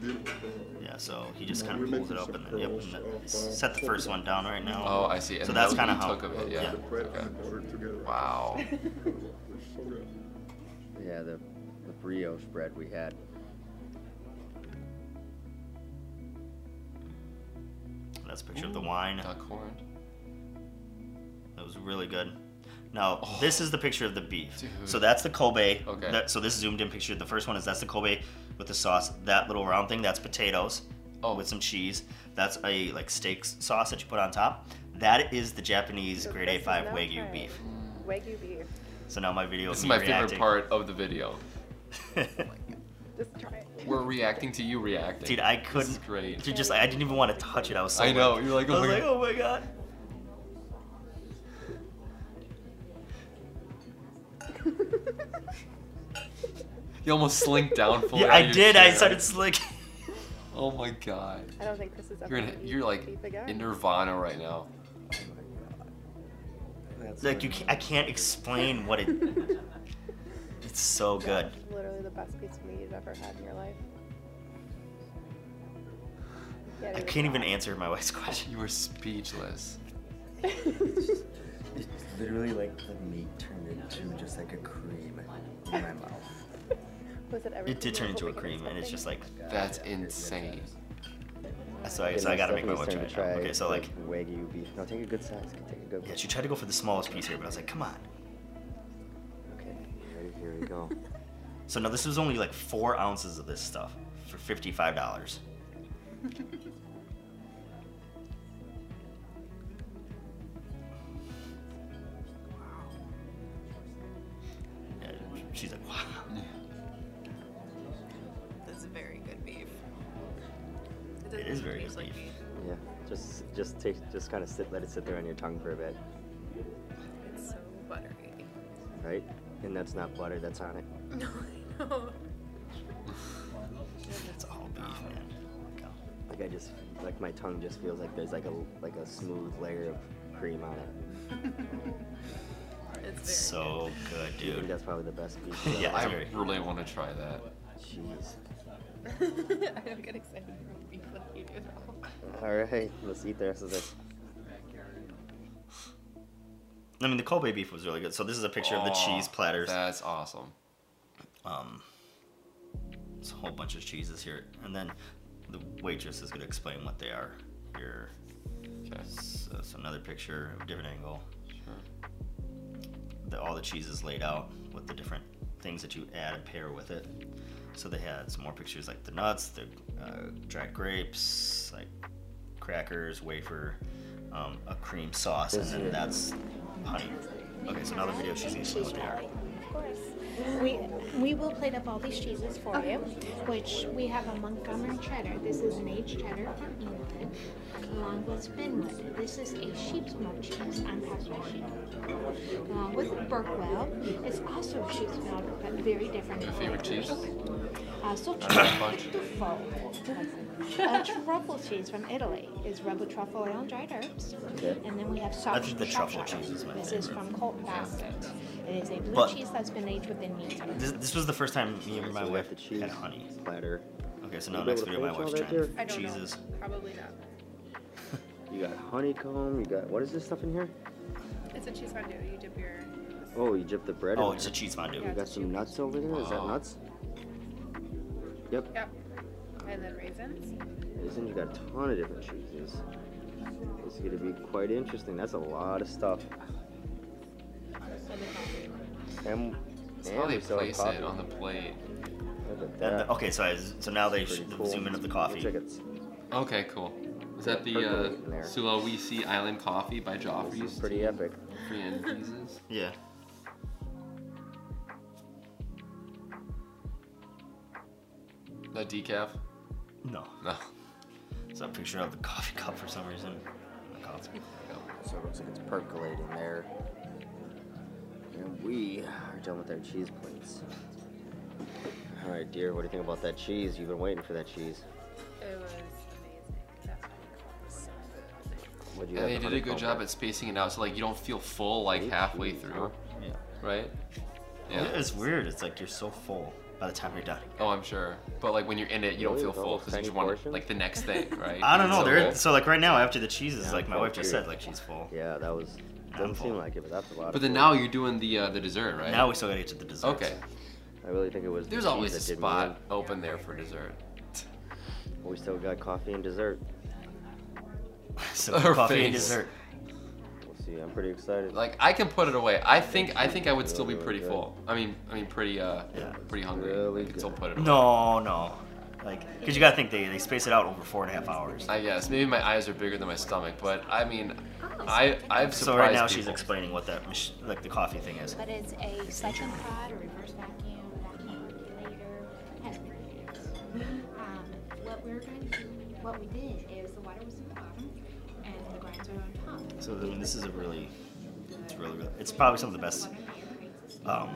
Speaker 8: beautiful.
Speaker 1: Yeah, so he just kind of pulls it up and then, yep, and then set the first one down right now.
Speaker 2: Oh, I see.
Speaker 1: So that's
Speaker 2: what
Speaker 1: kind of
Speaker 2: you
Speaker 1: how.
Speaker 2: took of it. Yeah.
Speaker 1: yeah.
Speaker 8: The bread
Speaker 2: Okay.
Speaker 8: and the butter together.
Speaker 2: Wow.
Speaker 8: It's so good.
Speaker 4: Yeah, the, the brioche bread we had.
Speaker 1: That's a picture of the wine.
Speaker 2: Duck horn.
Speaker 1: That was really good. Now this is the picture of the beef.
Speaker 2: Oh. Dude.
Speaker 1: So that's the Kobe.
Speaker 2: Okay.
Speaker 1: That, so this zoomed in picture. The first one is that's the Kobe with the sauce. That little round thing that's potatoes.
Speaker 2: Oh.
Speaker 1: With some cheese. That's a like steak s- sauce that you put on top. That is the Japanese
Speaker 9: So
Speaker 1: grade
Speaker 9: this
Speaker 1: A
Speaker 9: is
Speaker 1: five
Speaker 9: now
Speaker 1: wagyu
Speaker 9: time.
Speaker 1: beef.
Speaker 9: Wagyu beef.
Speaker 1: So now my video.
Speaker 2: This
Speaker 1: of
Speaker 2: is
Speaker 1: me
Speaker 2: my
Speaker 1: reacting.
Speaker 2: favorite part Oh of the video.
Speaker 9: Just try it.
Speaker 2: We're reacting to you reacting.
Speaker 1: Dude, I couldn't.
Speaker 2: This is great.
Speaker 1: Dude, just I didn't even want to touch it. I was so.
Speaker 2: I know.
Speaker 1: like-
Speaker 2: You're like,
Speaker 1: I
Speaker 2: oh
Speaker 1: was
Speaker 2: my
Speaker 1: like,
Speaker 2: god.
Speaker 1: oh my god.
Speaker 2: You almost slinked down fully.
Speaker 1: Yeah,
Speaker 2: out
Speaker 1: I
Speaker 2: of your
Speaker 1: did. I
Speaker 2: chair.
Speaker 1: started slicking.
Speaker 2: Oh my god.
Speaker 9: I don't think Chris is up
Speaker 2: You're
Speaker 9: to
Speaker 2: in,
Speaker 9: eat
Speaker 2: you're like
Speaker 9: beef again.
Speaker 2: in nirvana right now.
Speaker 4: That's
Speaker 1: Like you, can't, I can't explain what it. It's so good.
Speaker 9: Literally the best piece of meat you've ever had in your life. Yeah,
Speaker 1: I
Speaker 9: it was
Speaker 1: can't even
Speaker 9: awesome.
Speaker 1: answer my wife's question.
Speaker 2: You were speechless.
Speaker 4: It's literally like the meat turned into just like a cream in my mouth.
Speaker 9: Was it everything
Speaker 1: It did
Speaker 9: you
Speaker 1: turn
Speaker 9: were
Speaker 1: into a
Speaker 9: hoping
Speaker 1: cream, and it's just like.
Speaker 2: That's insane.
Speaker 1: So I, so I gotta make my wife try
Speaker 4: Stephanie's
Speaker 1: it.
Speaker 4: trying
Speaker 1: now.
Speaker 4: to
Speaker 1: Okay, so
Speaker 4: the
Speaker 1: like,
Speaker 4: Wagyu beef. No, take a good size. Take a good
Speaker 1: yeah,
Speaker 4: one.
Speaker 1: she tried to go for the smallest piece here, but I was like, come on.
Speaker 4: Okay, ready? Here we go.
Speaker 1: So now this was only like four ounces of this stuff for fifty-five dollars. Yeah, she's like, wow.
Speaker 7: That's very good beef.
Speaker 1: It is very good
Speaker 7: Like
Speaker 1: beef.
Speaker 4: Yeah, just just take just kind of sit, let it sit there on your tongue for a bit,
Speaker 7: It's so buttery.
Speaker 4: right? And that's not butter. That's on it.
Speaker 7: No, I know.
Speaker 1: It's all beef, man.
Speaker 7: Um,
Speaker 1: Oh Go.
Speaker 4: Like I just like my tongue just feels like there's like a like a smooth layer of cream on it.
Speaker 7: It's very
Speaker 1: It's so good,
Speaker 4: I think
Speaker 1: dude.
Speaker 4: that's probably the best beef. I've
Speaker 1: Yeah.
Speaker 4: ever had.
Speaker 2: I really want to try that.
Speaker 4: Jeez.
Speaker 7: I don't get excited for beef like you do though.
Speaker 4: All right, let's eat the rest of this.
Speaker 1: I mean, the Kobe beef was really good. So this is a picture of the
Speaker 2: Aw,
Speaker 1: cheese platters.
Speaker 2: That's awesome.
Speaker 1: Um, it's a whole bunch of cheeses here, and then the waitress is gonna explain what they are here.
Speaker 2: Okay.
Speaker 1: So it's another uh, picture of a different angle.
Speaker 2: Sure.
Speaker 1: The, all the cheeses laid out with the different things that you add and pair with it. So they had some more pictures like the nuts, the uh, dried grapes, like crackers, wafer, um, a cream sauce, and then that's honey. Okay, so now the video she's gonna explain what they are.
Speaker 5: Of course. We, we will plate up all these cheeses for you, which we have a Montgomery cheddar. This is an aged cheddar from England, along with Finwood. This is a sheep's milk cheese on Pastry sheep. Along with Burkwell, it's also sheep's milk, but very different. Uh,
Speaker 2: Your favorite cheese?
Speaker 5: Also,
Speaker 2: that much.
Speaker 5: truffle. a uh, truffle cheese from Italy is rubbed with truffle oil and dried herbs. And then we have soft
Speaker 1: think the truffle cheese is my
Speaker 5: This is
Speaker 1: favorite.
Speaker 5: from Colt Basket. It is a blue
Speaker 1: But-
Speaker 5: cheese that's been aged within meat.
Speaker 1: This, this was the first time me and my
Speaker 4: So we
Speaker 1: wife
Speaker 4: got the cheese
Speaker 1: had honey.
Speaker 4: platter.
Speaker 1: Okay, so now
Speaker 4: You
Speaker 1: next
Speaker 4: able to
Speaker 1: video, my
Speaker 4: finish
Speaker 1: wife's
Speaker 4: all that
Speaker 1: trying
Speaker 4: there?
Speaker 7: I don't
Speaker 1: cheeses.
Speaker 7: know. Probably not.
Speaker 4: You got honeycomb. You got what is this stuff in here?
Speaker 7: It's a cheese fondue. You dip your.
Speaker 4: Oh, you dipped the bread.
Speaker 1: Oh,
Speaker 4: in
Speaker 1: it's a
Speaker 4: there.
Speaker 1: cheese fondue.
Speaker 4: You got some nuts over there. Is that
Speaker 2: Wow.
Speaker 4: nuts? Yep.
Speaker 7: Yep. And then raisins.
Speaker 4: Listen, you got a ton of different cheeses. This is gonna be quite interesting. That's a lot of stuff. And
Speaker 2: That's how
Speaker 4: and
Speaker 2: they
Speaker 4: we still have
Speaker 2: place
Speaker 4: coffee.
Speaker 2: it on the plate.
Speaker 4: Look at
Speaker 1: And
Speaker 4: that.
Speaker 1: the- okay, so I, so now they
Speaker 4: Pretty
Speaker 1: sh-
Speaker 4: cool.
Speaker 1: zoom in at the
Speaker 4: Looks like
Speaker 1: coffee.
Speaker 4: it's
Speaker 2: Okay, cool. Is that the uh,
Speaker 4: Percolate in there.
Speaker 2: Sulawesi Island Coffee by
Speaker 4: this is
Speaker 2: Joffrey's?
Speaker 4: pretty epic.
Speaker 2: Friandises?
Speaker 1: Yeah.
Speaker 2: That decaf?
Speaker 1: No,
Speaker 2: No.
Speaker 1: it's a picture of the coffee cup for some reason. The coffee.
Speaker 4: So it looks like it's percolating there. And we are done with our cheese plates. All right, dear, what do you think about that cheese? You've been waiting for that cheese.
Speaker 7: It was amazing. That honeycomb was so good.
Speaker 4: What'd you
Speaker 2: And
Speaker 4: have
Speaker 2: they
Speaker 4: the
Speaker 2: did a good
Speaker 4: honeycomb
Speaker 2: job
Speaker 4: with?
Speaker 2: at spacing it out so like you don't feel full like
Speaker 4: Great
Speaker 2: halfway
Speaker 4: cheese,
Speaker 2: through,
Speaker 4: huh?
Speaker 1: Yeah.
Speaker 2: right? Yeah.
Speaker 1: It's weird. It's like you're so full by the time you're done.
Speaker 2: Oh, I'm sure. But like when you're in it, you don't
Speaker 4: Really?
Speaker 2: feel
Speaker 4: All
Speaker 2: full
Speaker 4: those
Speaker 2: because you
Speaker 4: tiny
Speaker 2: just want
Speaker 4: portions?
Speaker 2: like the next thing, right?
Speaker 1: I don't
Speaker 2: It's
Speaker 1: know.
Speaker 2: so
Speaker 1: There,
Speaker 2: good.
Speaker 1: so like right now after the cheese is
Speaker 4: Yeah,
Speaker 1: like my
Speaker 4: I'm
Speaker 1: wife just
Speaker 4: hungry.
Speaker 1: said like she's full.
Speaker 4: Yeah, that was.
Speaker 1: I'm
Speaker 4: Doesn't
Speaker 1: full.
Speaker 4: seem like it, but that's a lot.
Speaker 2: But
Speaker 4: of
Speaker 2: then
Speaker 4: food.
Speaker 2: now you're doing the uh, the dessert, right?
Speaker 1: Now we still gotta get to the dessert.
Speaker 2: okay.
Speaker 4: I really think it was. the
Speaker 2: There's
Speaker 4: cheese
Speaker 2: always
Speaker 4: that
Speaker 2: a
Speaker 4: did me
Speaker 2: spot open there for dessert.
Speaker 4: in. We still got coffee and dessert.
Speaker 1: so
Speaker 2: Her
Speaker 1: coffee and
Speaker 2: face.
Speaker 1: dessert.
Speaker 4: We'll see. I'm pretty excited.
Speaker 2: Like I can put it away. I think I think I would still be
Speaker 4: Really
Speaker 2: pretty
Speaker 4: good.
Speaker 2: full. I mean I mean pretty uh
Speaker 1: Yeah.
Speaker 2: pretty hungry.
Speaker 4: Really
Speaker 2: I could still
Speaker 4: good.
Speaker 2: put it away.
Speaker 1: No, no. Like, cause you gotta think they, they space it out over four and a half hours.
Speaker 2: I guess maybe my eyes are bigger than my stomach, but I mean,
Speaker 5: Oh.
Speaker 2: I I've surprised
Speaker 1: So right now
Speaker 2: people.
Speaker 1: she's explaining what that mach- like the coffee thing is.
Speaker 5: But it's a cycling pod, a reverse vacuum, vacuum regulator, has radiators. Um, what we were going to, what we did is the water was at the bottom and the grinds were on top.
Speaker 1: So I mean, this is a really, it's really, really it's probably some of the best um,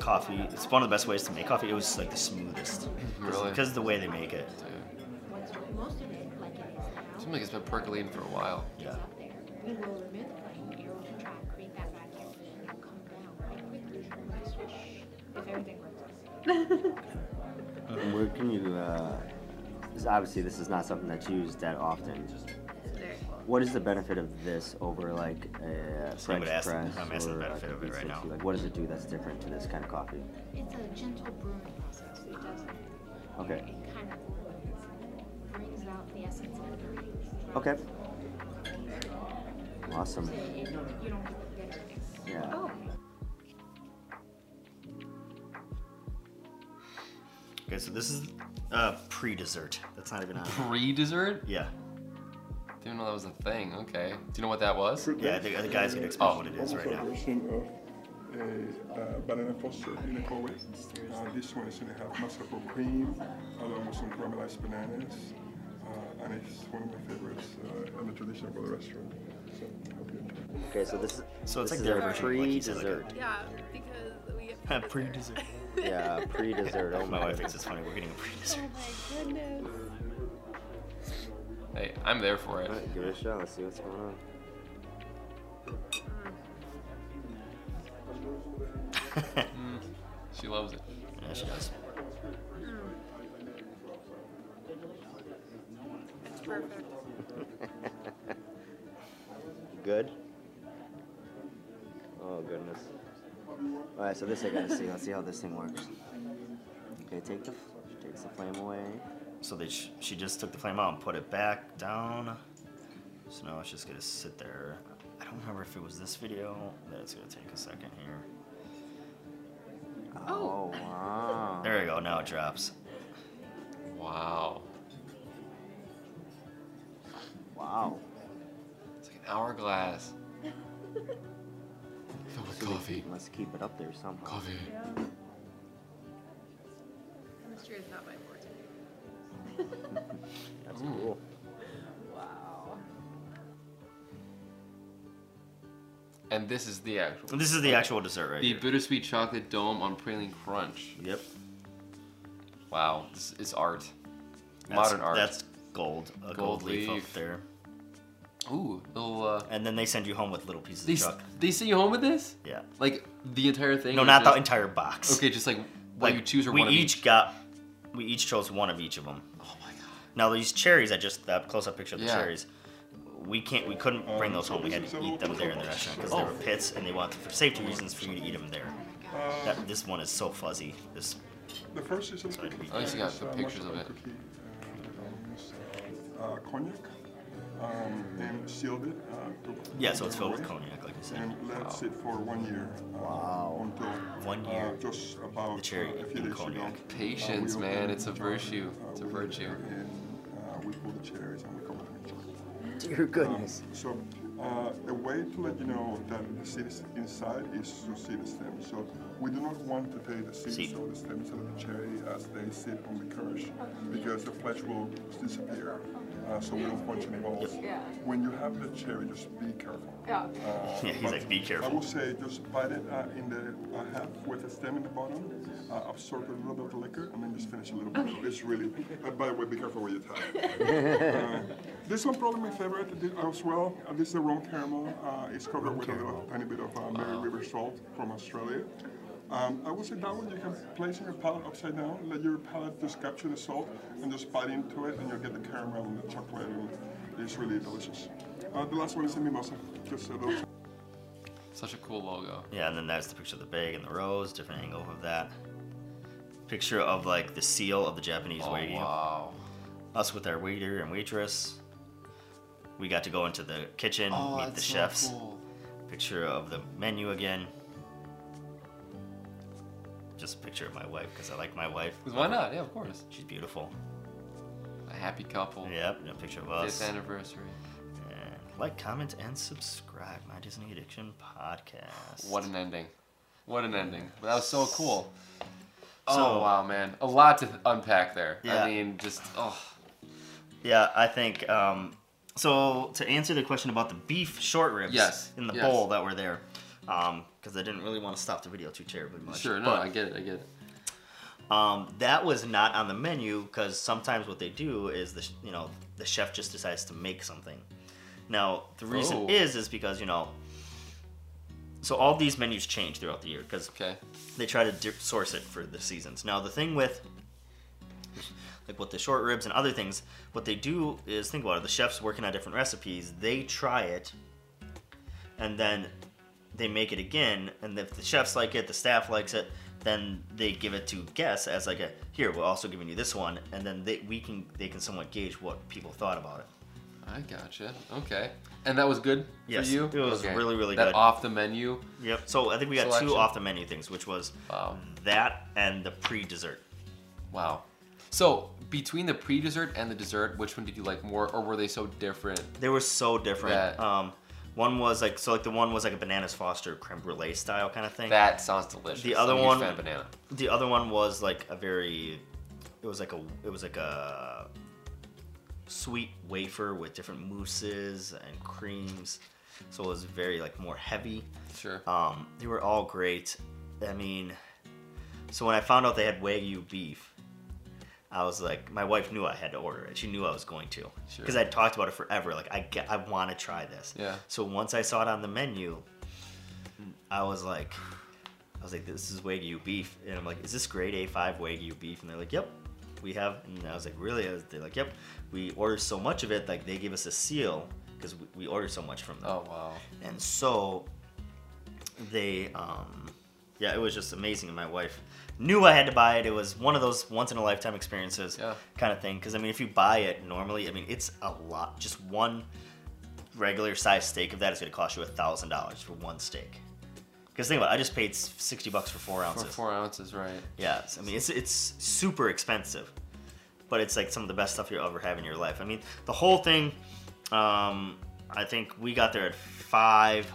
Speaker 1: coffee. It's one of the best ways to make coffee. It was like the smoothest,
Speaker 2: Really?
Speaker 1: because of the way they make it.
Speaker 2: Dude,
Speaker 5: Once most of it, like it is
Speaker 2: seems
Speaker 5: now,
Speaker 2: like it's been percolating for a while.
Speaker 1: Yeah.
Speaker 5: is up there. We will remove the flame, air will try to create that vacuum, and it'll come down quite quickly. Swish, If everything works.
Speaker 4: Um, Where can you? Uh, 'cause obviously, this is not something that's used that often.
Speaker 7: It's very cool.
Speaker 4: What is the benefit of this over like a
Speaker 1: So I'm
Speaker 4: French
Speaker 1: gonna
Speaker 4: press
Speaker 1: ask- I'm asking the
Speaker 4: or
Speaker 1: benefit
Speaker 4: like
Speaker 1: of
Speaker 4: a
Speaker 1: it right now.
Speaker 4: 360? Like, what does it do that's different to this kind of coffee?
Speaker 5: It's a gentle brewing process. It doesn't.
Speaker 4: Okay.
Speaker 5: It kind of brings out the essence of the coffee.
Speaker 4: Okay.
Speaker 5: So
Speaker 4: Awesome.
Speaker 5: it, you don't get Oh. the bitter taste.
Speaker 4: Yeah.
Speaker 1: Okay, so this is uh, pre-dessert. That's not even on.
Speaker 2: Pre-dessert?
Speaker 1: Yeah,
Speaker 2: Didn't know that was a thing. Okay. Do you know what that was?
Speaker 1: yeah. The, the guys can explain
Speaker 2: Oh.
Speaker 1: what it is right now.
Speaker 8: version of a uh, banana posture in a Kobe. Uh, this one is going to have mascarpone cream along with some caramelized bananas. Uh, and it's one of my favorites uh, and a tradition for the restaurant. So I hope you enjoy.
Speaker 4: Okay, so this is
Speaker 1: So it's like
Speaker 4: this is
Speaker 1: their
Speaker 4: a
Speaker 1: version, like you said, like a-
Speaker 4: pre-dessert.
Speaker 7: Yeah, because we get
Speaker 1: Have pre-dessert.
Speaker 4: yeah, pre-dessert. Oh
Speaker 1: My
Speaker 4: my.
Speaker 1: wife thinks it's funny. We're getting a pre-dessert.
Speaker 7: Mm,
Speaker 2: Hey, I'm there for it.
Speaker 4: All right, give it a shot. Let's see what's going on.
Speaker 2: She loves it.
Speaker 1: Yeah, she does.
Speaker 7: It's perfect.
Speaker 4: Good. Oh goodness. All right, so this I gotta see. Let's see how this thing works. Okay, take the she takes the flame away.
Speaker 1: So they sh- she just took the flame out and put it back down. So now it's just gonna sit there. I don't remember if it was this video. That's gonna take a second here.
Speaker 4: Oh, wow.
Speaker 1: There we go. Now it drops.
Speaker 2: Wow.
Speaker 4: Wow.
Speaker 2: It's like an hourglass. Filled with coffee.
Speaker 4: Let's keep it up there somehow.
Speaker 2: Coffee.
Speaker 7: Chemistry is not my forte.
Speaker 4: That's cool.
Speaker 7: Wow.
Speaker 2: And this is the actual.
Speaker 1: This is the actual dessert, right?
Speaker 2: The
Speaker 1: here.
Speaker 2: bittersweet chocolate dome on praline crunch.
Speaker 1: Yep.
Speaker 2: Wow, this is art.
Speaker 1: That's-
Speaker 2: Modern art.
Speaker 1: That's gold. A gold,
Speaker 2: Gold
Speaker 1: leaf,
Speaker 2: leaf.
Speaker 1: up there.
Speaker 2: Ooh, little. Uh,
Speaker 1: And then they send you home with little pieces
Speaker 2: they,
Speaker 1: of chalk.
Speaker 2: they sent you home with this?
Speaker 1: Yeah.
Speaker 2: Like the entire thing?
Speaker 1: No,
Speaker 2: or
Speaker 1: not the
Speaker 2: just-
Speaker 1: entire box.
Speaker 2: Okay, just like what
Speaker 1: Like,
Speaker 2: you choose or
Speaker 1: we
Speaker 2: one of
Speaker 1: each
Speaker 2: each.
Speaker 1: got. We each chose one of each of them.
Speaker 2: Oh my god.
Speaker 1: Now these cherries, I just that close up picture of the
Speaker 2: Yeah.
Speaker 1: cherries. We can't. We couldn't bring those home. We had to eat them there in the restaurant because
Speaker 2: Oh.
Speaker 1: there were pits, and they wanted for safety reasons for you to eat them there.
Speaker 8: Uh,
Speaker 1: That, this one is so fuzzy. This
Speaker 8: the first is a little
Speaker 1: Sorry.
Speaker 8: bit-
Speaker 2: At least you got
Speaker 8: it's,
Speaker 2: the
Speaker 8: uh,
Speaker 2: pictures of
Speaker 8: marshmallow
Speaker 2: it.
Speaker 8: cookie, uh, with almonds, uh, cognac um, and sealed it. Uh, took
Speaker 1: yeah. So it's filled with
Speaker 8: away.
Speaker 1: cognac, like you said.
Speaker 8: and let sit for one year. Uh, Until
Speaker 1: One
Speaker 8: uh,
Speaker 1: year.
Speaker 8: just about
Speaker 1: The cherry
Speaker 8: uh, a few
Speaker 1: and
Speaker 8: days
Speaker 1: cognac.
Speaker 8: ago.
Speaker 2: Patience,
Speaker 8: Uh, we
Speaker 2: man.
Speaker 8: opened
Speaker 2: It's a
Speaker 8: the
Speaker 2: virtue.
Speaker 8: jar, uh,
Speaker 2: It's a
Speaker 8: we opened it
Speaker 2: virtue.
Speaker 8: And uh, we pull the cherries and we come up with it.
Speaker 4: Dear goodness.
Speaker 8: So uh, a way to let you know that the seed is inside is to see the stem. So we do not want to take the seeds
Speaker 1: Seed.
Speaker 8: or the stems of the cherry as they sit on the kernel because the flesh will disappear. uh, so will function evolves. When you have the cherry, just be careful.
Speaker 10: Yeah.
Speaker 8: Uh,
Speaker 1: Yeah, he's
Speaker 8: but
Speaker 1: like, "Be careful."
Speaker 8: I will say, just bite it uh, in the uh, half with a stem in the bottom, uh, absorb a little bit of the liquor, and then just finish a little bit. It's really, uh, by the way, be careful with your tongue. uh, this one probably my favorite uh, as well. Uh, this is the rum caramel. Uh, it's covered with a little tiny bit of uh, Mary
Speaker 1: Uh-huh.
Speaker 8: River salt from Australia. Um, I would say that one you can place in your palate upside down, let your palate just capture the salt and just bite into it, and you'll get the caramel and the chocolate, and it's really delicious. Uh, the last one is the mimosa. Just a little.
Speaker 2: Such a cool logo.
Speaker 1: Yeah, and then that's the picture of the bag and the rose, different angle of that. Picture of like the seal of the Japanese
Speaker 2: Oh,
Speaker 1: wagyu.
Speaker 2: wow.
Speaker 1: Us with our waiter and waitress. We got to go into the kitchen,
Speaker 2: Oh,
Speaker 1: meet
Speaker 2: that's
Speaker 1: the
Speaker 2: so
Speaker 1: chefs.
Speaker 2: cool.
Speaker 1: Picture of the menu again. Just a picture of my wife because I like my wife.
Speaker 2: 'Cause Why not? Yeah, of course.
Speaker 1: She's beautiful.
Speaker 2: A happy couple.
Speaker 1: Yep, and a picture of us.
Speaker 2: Fifth anniversary.
Speaker 1: And like, comment, and subscribe. My Disney Addiction Podcast.
Speaker 2: What an ending. What an ending. That was so cool.
Speaker 1: So-
Speaker 2: oh wow, man. A lot to unpack there.
Speaker 1: Yeah.
Speaker 2: I mean, just oh
Speaker 1: Yeah, I think. Um, so to answer the question about the beef short ribs
Speaker 2: Yes,
Speaker 1: in the
Speaker 2: yes.
Speaker 1: bowl that were there, because I didn't really want to stop the video too terribly much.
Speaker 2: sure, no,
Speaker 1: but,
Speaker 2: I get it, I get it.
Speaker 1: um, that was not on the menu because sometimes what they do is the sh- you know the chef just decides to make something. Now the reason
Speaker 2: Oh.
Speaker 1: is is because you know. So all these menus change throughout the year because
Speaker 2: Okay.
Speaker 1: they try to dip source it for the seasons. Now the thing with like with the short ribs and other things, what they do is think about it. The chefs working on different recipes, they try it, and then they make it again. And if the chefs like it, the staff likes it, then they give it to guests as like a here. We're also giving you this one, and then they we can they can somewhat gauge what people thought about it.
Speaker 2: I gotcha. Okay. And that was good
Speaker 1: Yes,
Speaker 2: for you?
Speaker 1: it was
Speaker 2: Okay.
Speaker 1: really, really
Speaker 2: that
Speaker 1: good.
Speaker 2: off the menu.
Speaker 1: Yep. So I think we got two
Speaker 2: Selection.
Speaker 1: off the menu things, which was
Speaker 2: Wow.
Speaker 1: that and the pre dessert.
Speaker 2: Wow. So between the pre dessert and the dessert, which one did you like more or were they so different?
Speaker 1: They were so different.
Speaker 2: That-
Speaker 1: Um, one was like so like the one was like a bananas foster creme brulee style kind of thing.
Speaker 2: That sounds delicious.
Speaker 1: The other
Speaker 2: I'm a huge
Speaker 1: one-
Speaker 2: fan of banana.
Speaker 1: the other one was like a very, it was like a it was like a sweet wafer with different mousses and creams, so it was very like more heavy.
Speaker 2: Sure.
Speaker 1: Um, they were all great. I mean, so when I found out they had wagyu beef, I was like, my wife knew I had to order it. She knew I was going to
Speaker 2: Sure.
Speaker 1: because I talked about it forever. Like I get, I want to try this.
Speaker 2: Yeah.
Speaker 1: So once I saw it on the menu, I was like, I was like, this is wagyu beef, and I'm like, is this grade A5 wagyu beef? And they're like, yep, we have. And I was like, really? I was, they're like, yep, we ordered so much of it, like they gave us a seal because we, we ordered so much from them.
Speaker 2: oh wow.
Speaker 1: And so they, um, yeah, it was just amazing. And my wife knew I had to buy it. It was one of those once in a lifetime experiences
Speaker 2: Yeah.
Speaker 1: kind of thing. Because, I mean, if you buy it normally, I mean, it's a lot. Just one regular size steak of that is going to cost you $1,000 for one steak. Because think about it, I just paid s- 60 bucks for four
Speaker 2: For
Speaker 1: ounces.
Speaker 2: four ounces, right.
Speaker 1: Yeah, it's- I mean it's it's super expensive, but it's like some of the best stuff you'll ever have in your life. I mean the whole thing. Um, I think we got there at five.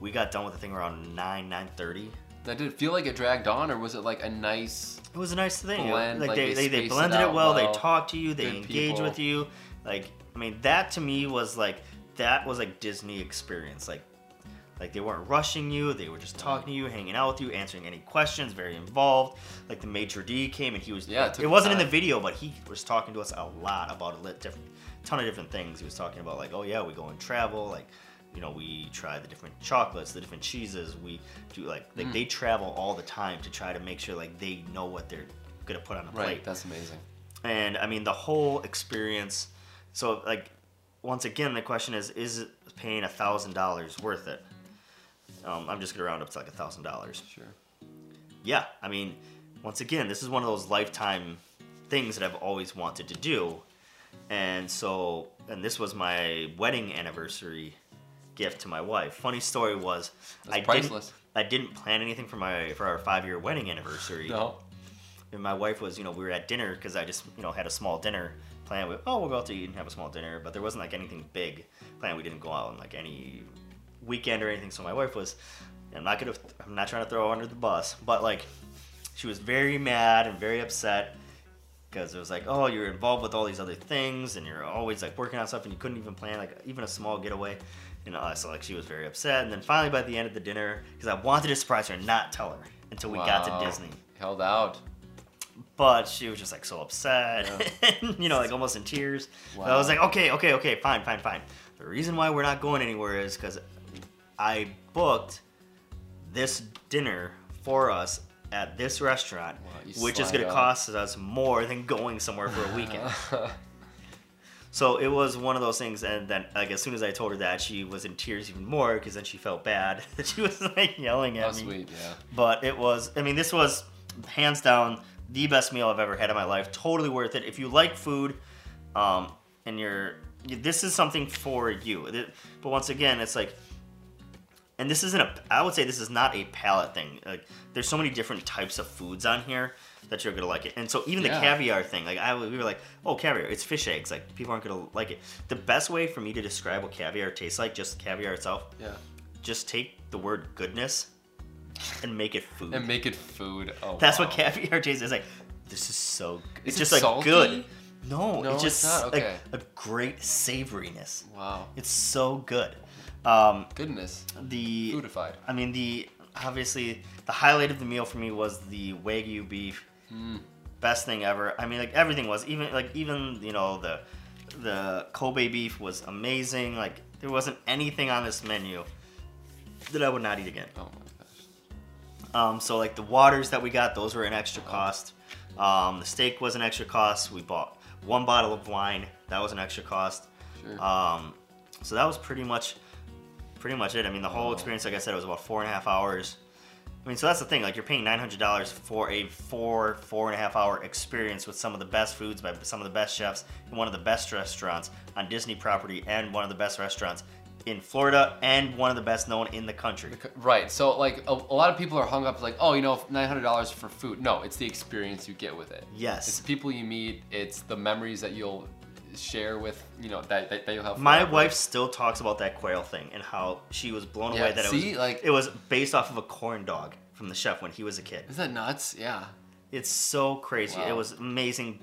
Speaker 1: We got done with the thing around nine nine thirty.
Speaker 2: Now did it feel like it dragged on or was it like a nice
Speaker 1: It was a nice thing.
Speaker 2: Blend,
Speaker 1: like
Speaker 2: like,
Speaker 1: they,
Speaker 2: they
Speaker 1: they, they
Speaker 2: space it
Speaker 1: blended it,
Speaker 2: out
Speaker 1: well. They
Speaker 2: well.
Speaker 1: talked to you. They
Speaker 2: Good
Speaker 1: engage
Speaker 2: people.
Speaker 1: with you. Like I mean that to me was like that was like Disney experience. Like like they weren't rushing you. They were just talking to you, hanging out with you, answering any questions. Very involved. Like the maitre d came and he was
Speaker 2: Yeah, it
Speaker 1: It,
Speaker 2: took the
Speaker 1: wasn't in the
Speaker 2: time.
Speaker 1: video, but he was talking to us a lot about a lit different ton of different things. He was talking about like oh yeah we go and travel like. You know, we try the different chocolates, the different cheeses. We do like
Speaker 2: Mm.
Speaker 1: like they travel all the time to try to make sure like they know what they're gonna put on a
Speaker 2: Right,
Speaker 1: plate
Speaker 2: that's amazing.
Speaker 1: and I mean the whole experience. So like, once again, the question is: Is paying a thousand dollars worth it? Um, I'm just gonna round up to like a thousand dollars.
Speaker 2: Sure.
Speaker 1: Yeah, I mean, once again, this is one of those lifetime things that I've always wanted to do, and so and this was my wedding anniversary gift to my wife. Funny story was
Speaker 2: That's
Speaker 1: I
Speaker 2: priceless.
Speaker 1: didn't I didn't plan anything for my for our five year wedding anniversary
Speaker 2: No.
Speaker 1: and my wife was, you know, we were at dinner because I just, you know, had a small dinner plan. We, oh, we'll go out to eat and have a small dinner, but there wasn't like anything big planned. We didn't go out on like any weekend or anything. So my wife was, I'm not gonna, I'm not trying to throw her under the bus, but like, she was very mad and very upset because it was like, oh, you're involved with all these other things, and you're always like working on stuff, and you couldn't even plan like even a small getaway, and uh, so like she was very upset. And then finally, by the end of the dinner, because I wanted to surprise her and not tell her until we got
Speaker 2: Wow.
Speaker 1: to Disney,
Speaker 2: Held out.
Speaker 1: but she was just like so upset, you know, like almost in tears. And I was
Speaker 2: Wow.
Speaker 1: like, okay, okay, okay, fine, fine, fine. The reason why we're not going anywhere is because I booked this dinner for us at this restaurant,
Speaker 2: Wow, you
Speaker 1: which is
Speaker 2: slide
Speaker 1: going to
Speaker 2: up.
Speaker 1: cost us more than going somewhere for a weekend. So it was one of those things, and then like as soon as I told her that, she was in tears even more because then she felt bad that she was like yelling at
Speaker 2: oh,
Speaker 1: me.
Speaker 2: sweet, yeah.
Speaker 1: But it was, I mean, this was hands down the best meal I've ever had in my life. Totally worth it. If you like food, um, and you're, this is something for you. Th- But once again, it's like, and this isn't a, I would say this is not a palate thing. Like, there's so many different types of foods on here that you're gonna like it. And so even
Speaker 2: Yeah.
Speaker 1: the caviar thing, like I, w- we were like, oh caviar, it's fish eggs. Like people aren't gonna like it. The best way for me to describe what caviar tastes like, just caviar itself,
Speaker 6: Yeah.
Speaker 1: just take the word goodness and make it food.
Speaker 2: And make it food. Oh,
Speaker 1: That's what
Speaker 2: wow.
Speaker 1: caviar tastes like. It's like, this is so good. It's
Speaker 2: Is it
Speaker 1: just like
Speaker 2: salty?
Speaker 1: good. No,
Speaker 2: No,
Speaker 1: it's
Speaker 2: it's
Speaker 1: just
Speaker 2: not? Okay.
Speaker 1: like a great savoriness.
Speaker 2: Wow.
Speaker 1: It's so good. Um,
Speaker 2: Goodness.
Speaker 1: the
Speaker 2: Foodified.
Speaker 1: I mean the obviously the highlight of the meal for me was the wagyu beef.
Speaker 2: Hmm.
Speaker 1: Best thing ever. I mean like everything was even like even you know the the Kobe beef was amazing. Like there wasn't anything on this menu that I would not eat again.
Speaker 2: Oh my gosh.
Speaker 1: Um, so like the waters that we got, those were an extra cost. Um, the steak was an extra cost. We bought one bottle of wine. That was an extra cost.
Speaker 2: Sure.
Speaker 1: Um, so that was pretty much, pretty much it. I mean, the whole
Speaker 2: Wow.
Speaker 1: experience, like I said, was about four and a half hours. I mean, so that's the thing. Like you're paying nine hundred dollars for a four, four and a half hour experience with some of the best foods by some of the best chefs in one of the best restaurants on Disney property and one of the best restaurants in Florida and one of the best known in the country.
Speaker 2: Right. So like a, a lot of people are hung up like, oh, you know, nine hundred dollars for food. No, it's the experience you get with it.
Speaker 1: Yes.
Speaker 2: It's the people you meet. It's the memories that you'll share with you know that that, that you'll have.
Speaker 1: My
Speaker 2: forever.
Speaker 1: wife still talks about that quail thing and how she was blown
Speaker 2: Yeah,
Speaker 1: away that it
Speaker 2: see,
Speaker 1: was
Speaker 2: like-
Speaker 1: it was based off of a corn dog from the chef when he was a kid.
Speaker 2: Isn't that nuts? Yeah.
Speaker 1: It's so crazy.
Speaker 2: Wow.
Speaker 1: It was amazing.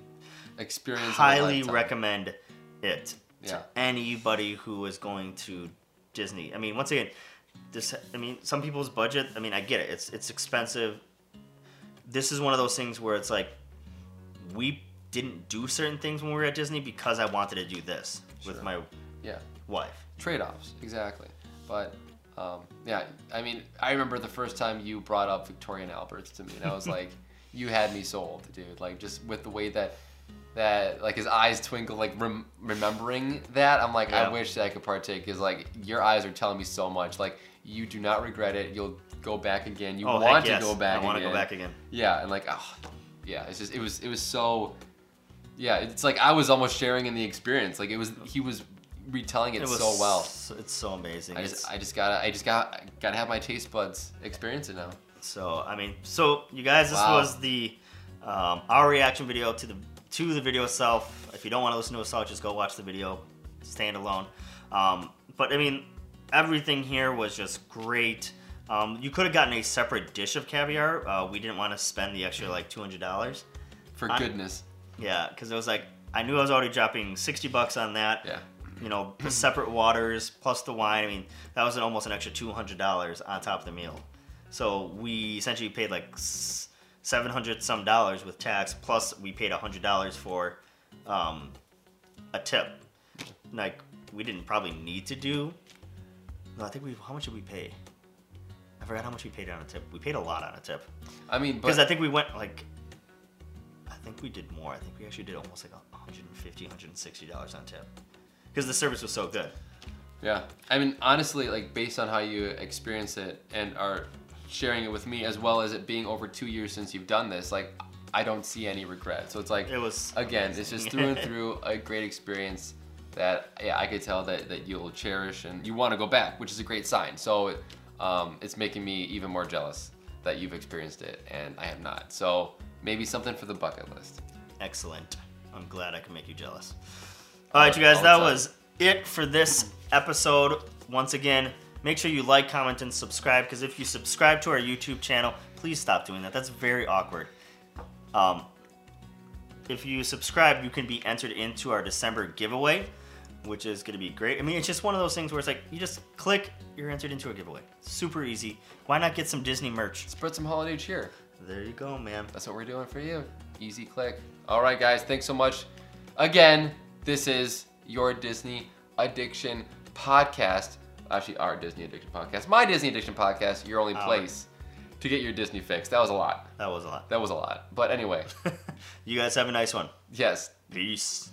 Speaker 2: Experience. of a
Speaker 1: Highly
Speaker 2: lifetime.
Speaker 1: recommend it
Speaker 2: Yeah.
Speaker 1: to anybody who is going to Disney. I mean, once again, this I mean, some people's budget, I mean, I get it. It's it's expensive. This is one of those things where it's like we didn't do certain things when we were at Disney because I wanted to do this with
Speaker 2: Sure.
Speaker 1: my
Speaker 2: Yeah.
Speaker 1: wife.
Speaker 2: Trade-offs. Exactly. But. Um, yeah, I mean, I remember the first time you brought up Victorian Alberts to me, and I was like, "You had me sold, dude!" Like just with the way that that like his eyes twinkle like rem- remembering that i'm like
Speaker 1: Yeah.
Speaker 2: i wish that i could partake because like your eyes are telling me so much like you do not regret it you'll go back again you
Speaker 1: Oh, heck
Speaker 2: want to
Speaker 1: yes.
Speaker 2: go back
Speaker 1: I
Speaker 2: want
Speaker 1: want to go back again.
Speaker 2: yeah and like oh yeah it's just it was it was so yeah it's like i was almost sharing in the experience like it was he was retelling it,
Speaker 1: was
Speaker 2: so well
Speaker 1: s- it's so amazing.
Speaker 2: i just
Speaker 1: It's-
Speaker 2: i just gotta i just got to gotta have my taste buds experience it now
Speaker 1: so I mean, so you guys, this
Speaker 2: Wow.
Speaker 1: was the um, our reaction video to the to the video itself. If you don't want to listen to us all, just go watch the video, stand alone. Um, but I mean, everything here was just great. Um, you could have gotten a separate dish of caviar. Uh, we didn't want to spend the extra like two hundred dollars.
Speaker 2: for
Speaker 1: I-
Speaker 2: goodness
Speaker 1: Yeah, because it was like I knew I was already dropping sixty bucks on that.
Speaker 2: yeah
Speaker 1: you know, the separate waters plus the wine. I mean, that was an, almost an extra two hundred dollars on top of the meal. So we essentially paid like seven hundred some dollars with tax, plus we paid hundred dollars for um, a tip. Like we didn't probably need to do. No, I think we. How much did we pay? I forgot how much we paid on a tip. We paid a lot on a tip
Speaker 2: i mean but
Speaker 1: because I think we went like. I think we did more. I think we actually did almost like 150 $160 on tip. Because the service was so good.
Speaker 2: Yeah. I mean, honestly, like based on how you experience it and are sharing it with me, as well as it being over two years since you've done this, like I don't see any regret. So it's like
Speaker 1: It was
Speaker 2: again, it's just
Speaker 1: amazing.
Speaker 2: through and through a great experience that yeah, I could tell that that you'll cherish and you want to go back, which is a great sign. So um, it's making me even more jealous that you've experienced it and I have not. So maybe something for the bucket list.
Speaker 1: Excellent. I'm glad I can make you jealous. All right, you
Speaker 2: Uh, all
Speaker 1: guys,
Speaker 2: the
Speaker 1: that
Speaker 2: time.
Speaker 1: was it for this episode. Once again, make sure you like, comment, and subscribe. Because if you subscribe to our YouTube channel, please stop doing that. That's very awkward. Um, if you subscribe, you can be entered into our December giveaway, which is going to be great. I mean, it's just one of those things where it's like you just click, you're entered into a giveaway. Super easy. Why not get some Disney merch?
Speaker 2: Spread some holiday cheer.
Speaker 1: There you go, man.
Speaker 2: That's what we're doing for you. Easy click. All right, guys. Thanks so much. Again, this is your Disney addiction podcast. Actually, our Disney addiction podcast. My Disney addiction podcast. Your only
Speaker 1: Our.
Speaker 2: place to get your Disney fix. That was a lot.
Speaker 1: That was a lot.
Speaker 2: That was a lot. But anyway,
Speaker 1: you guys have a nice one.
Speaker 2: yes.
Speaker 1: Peace.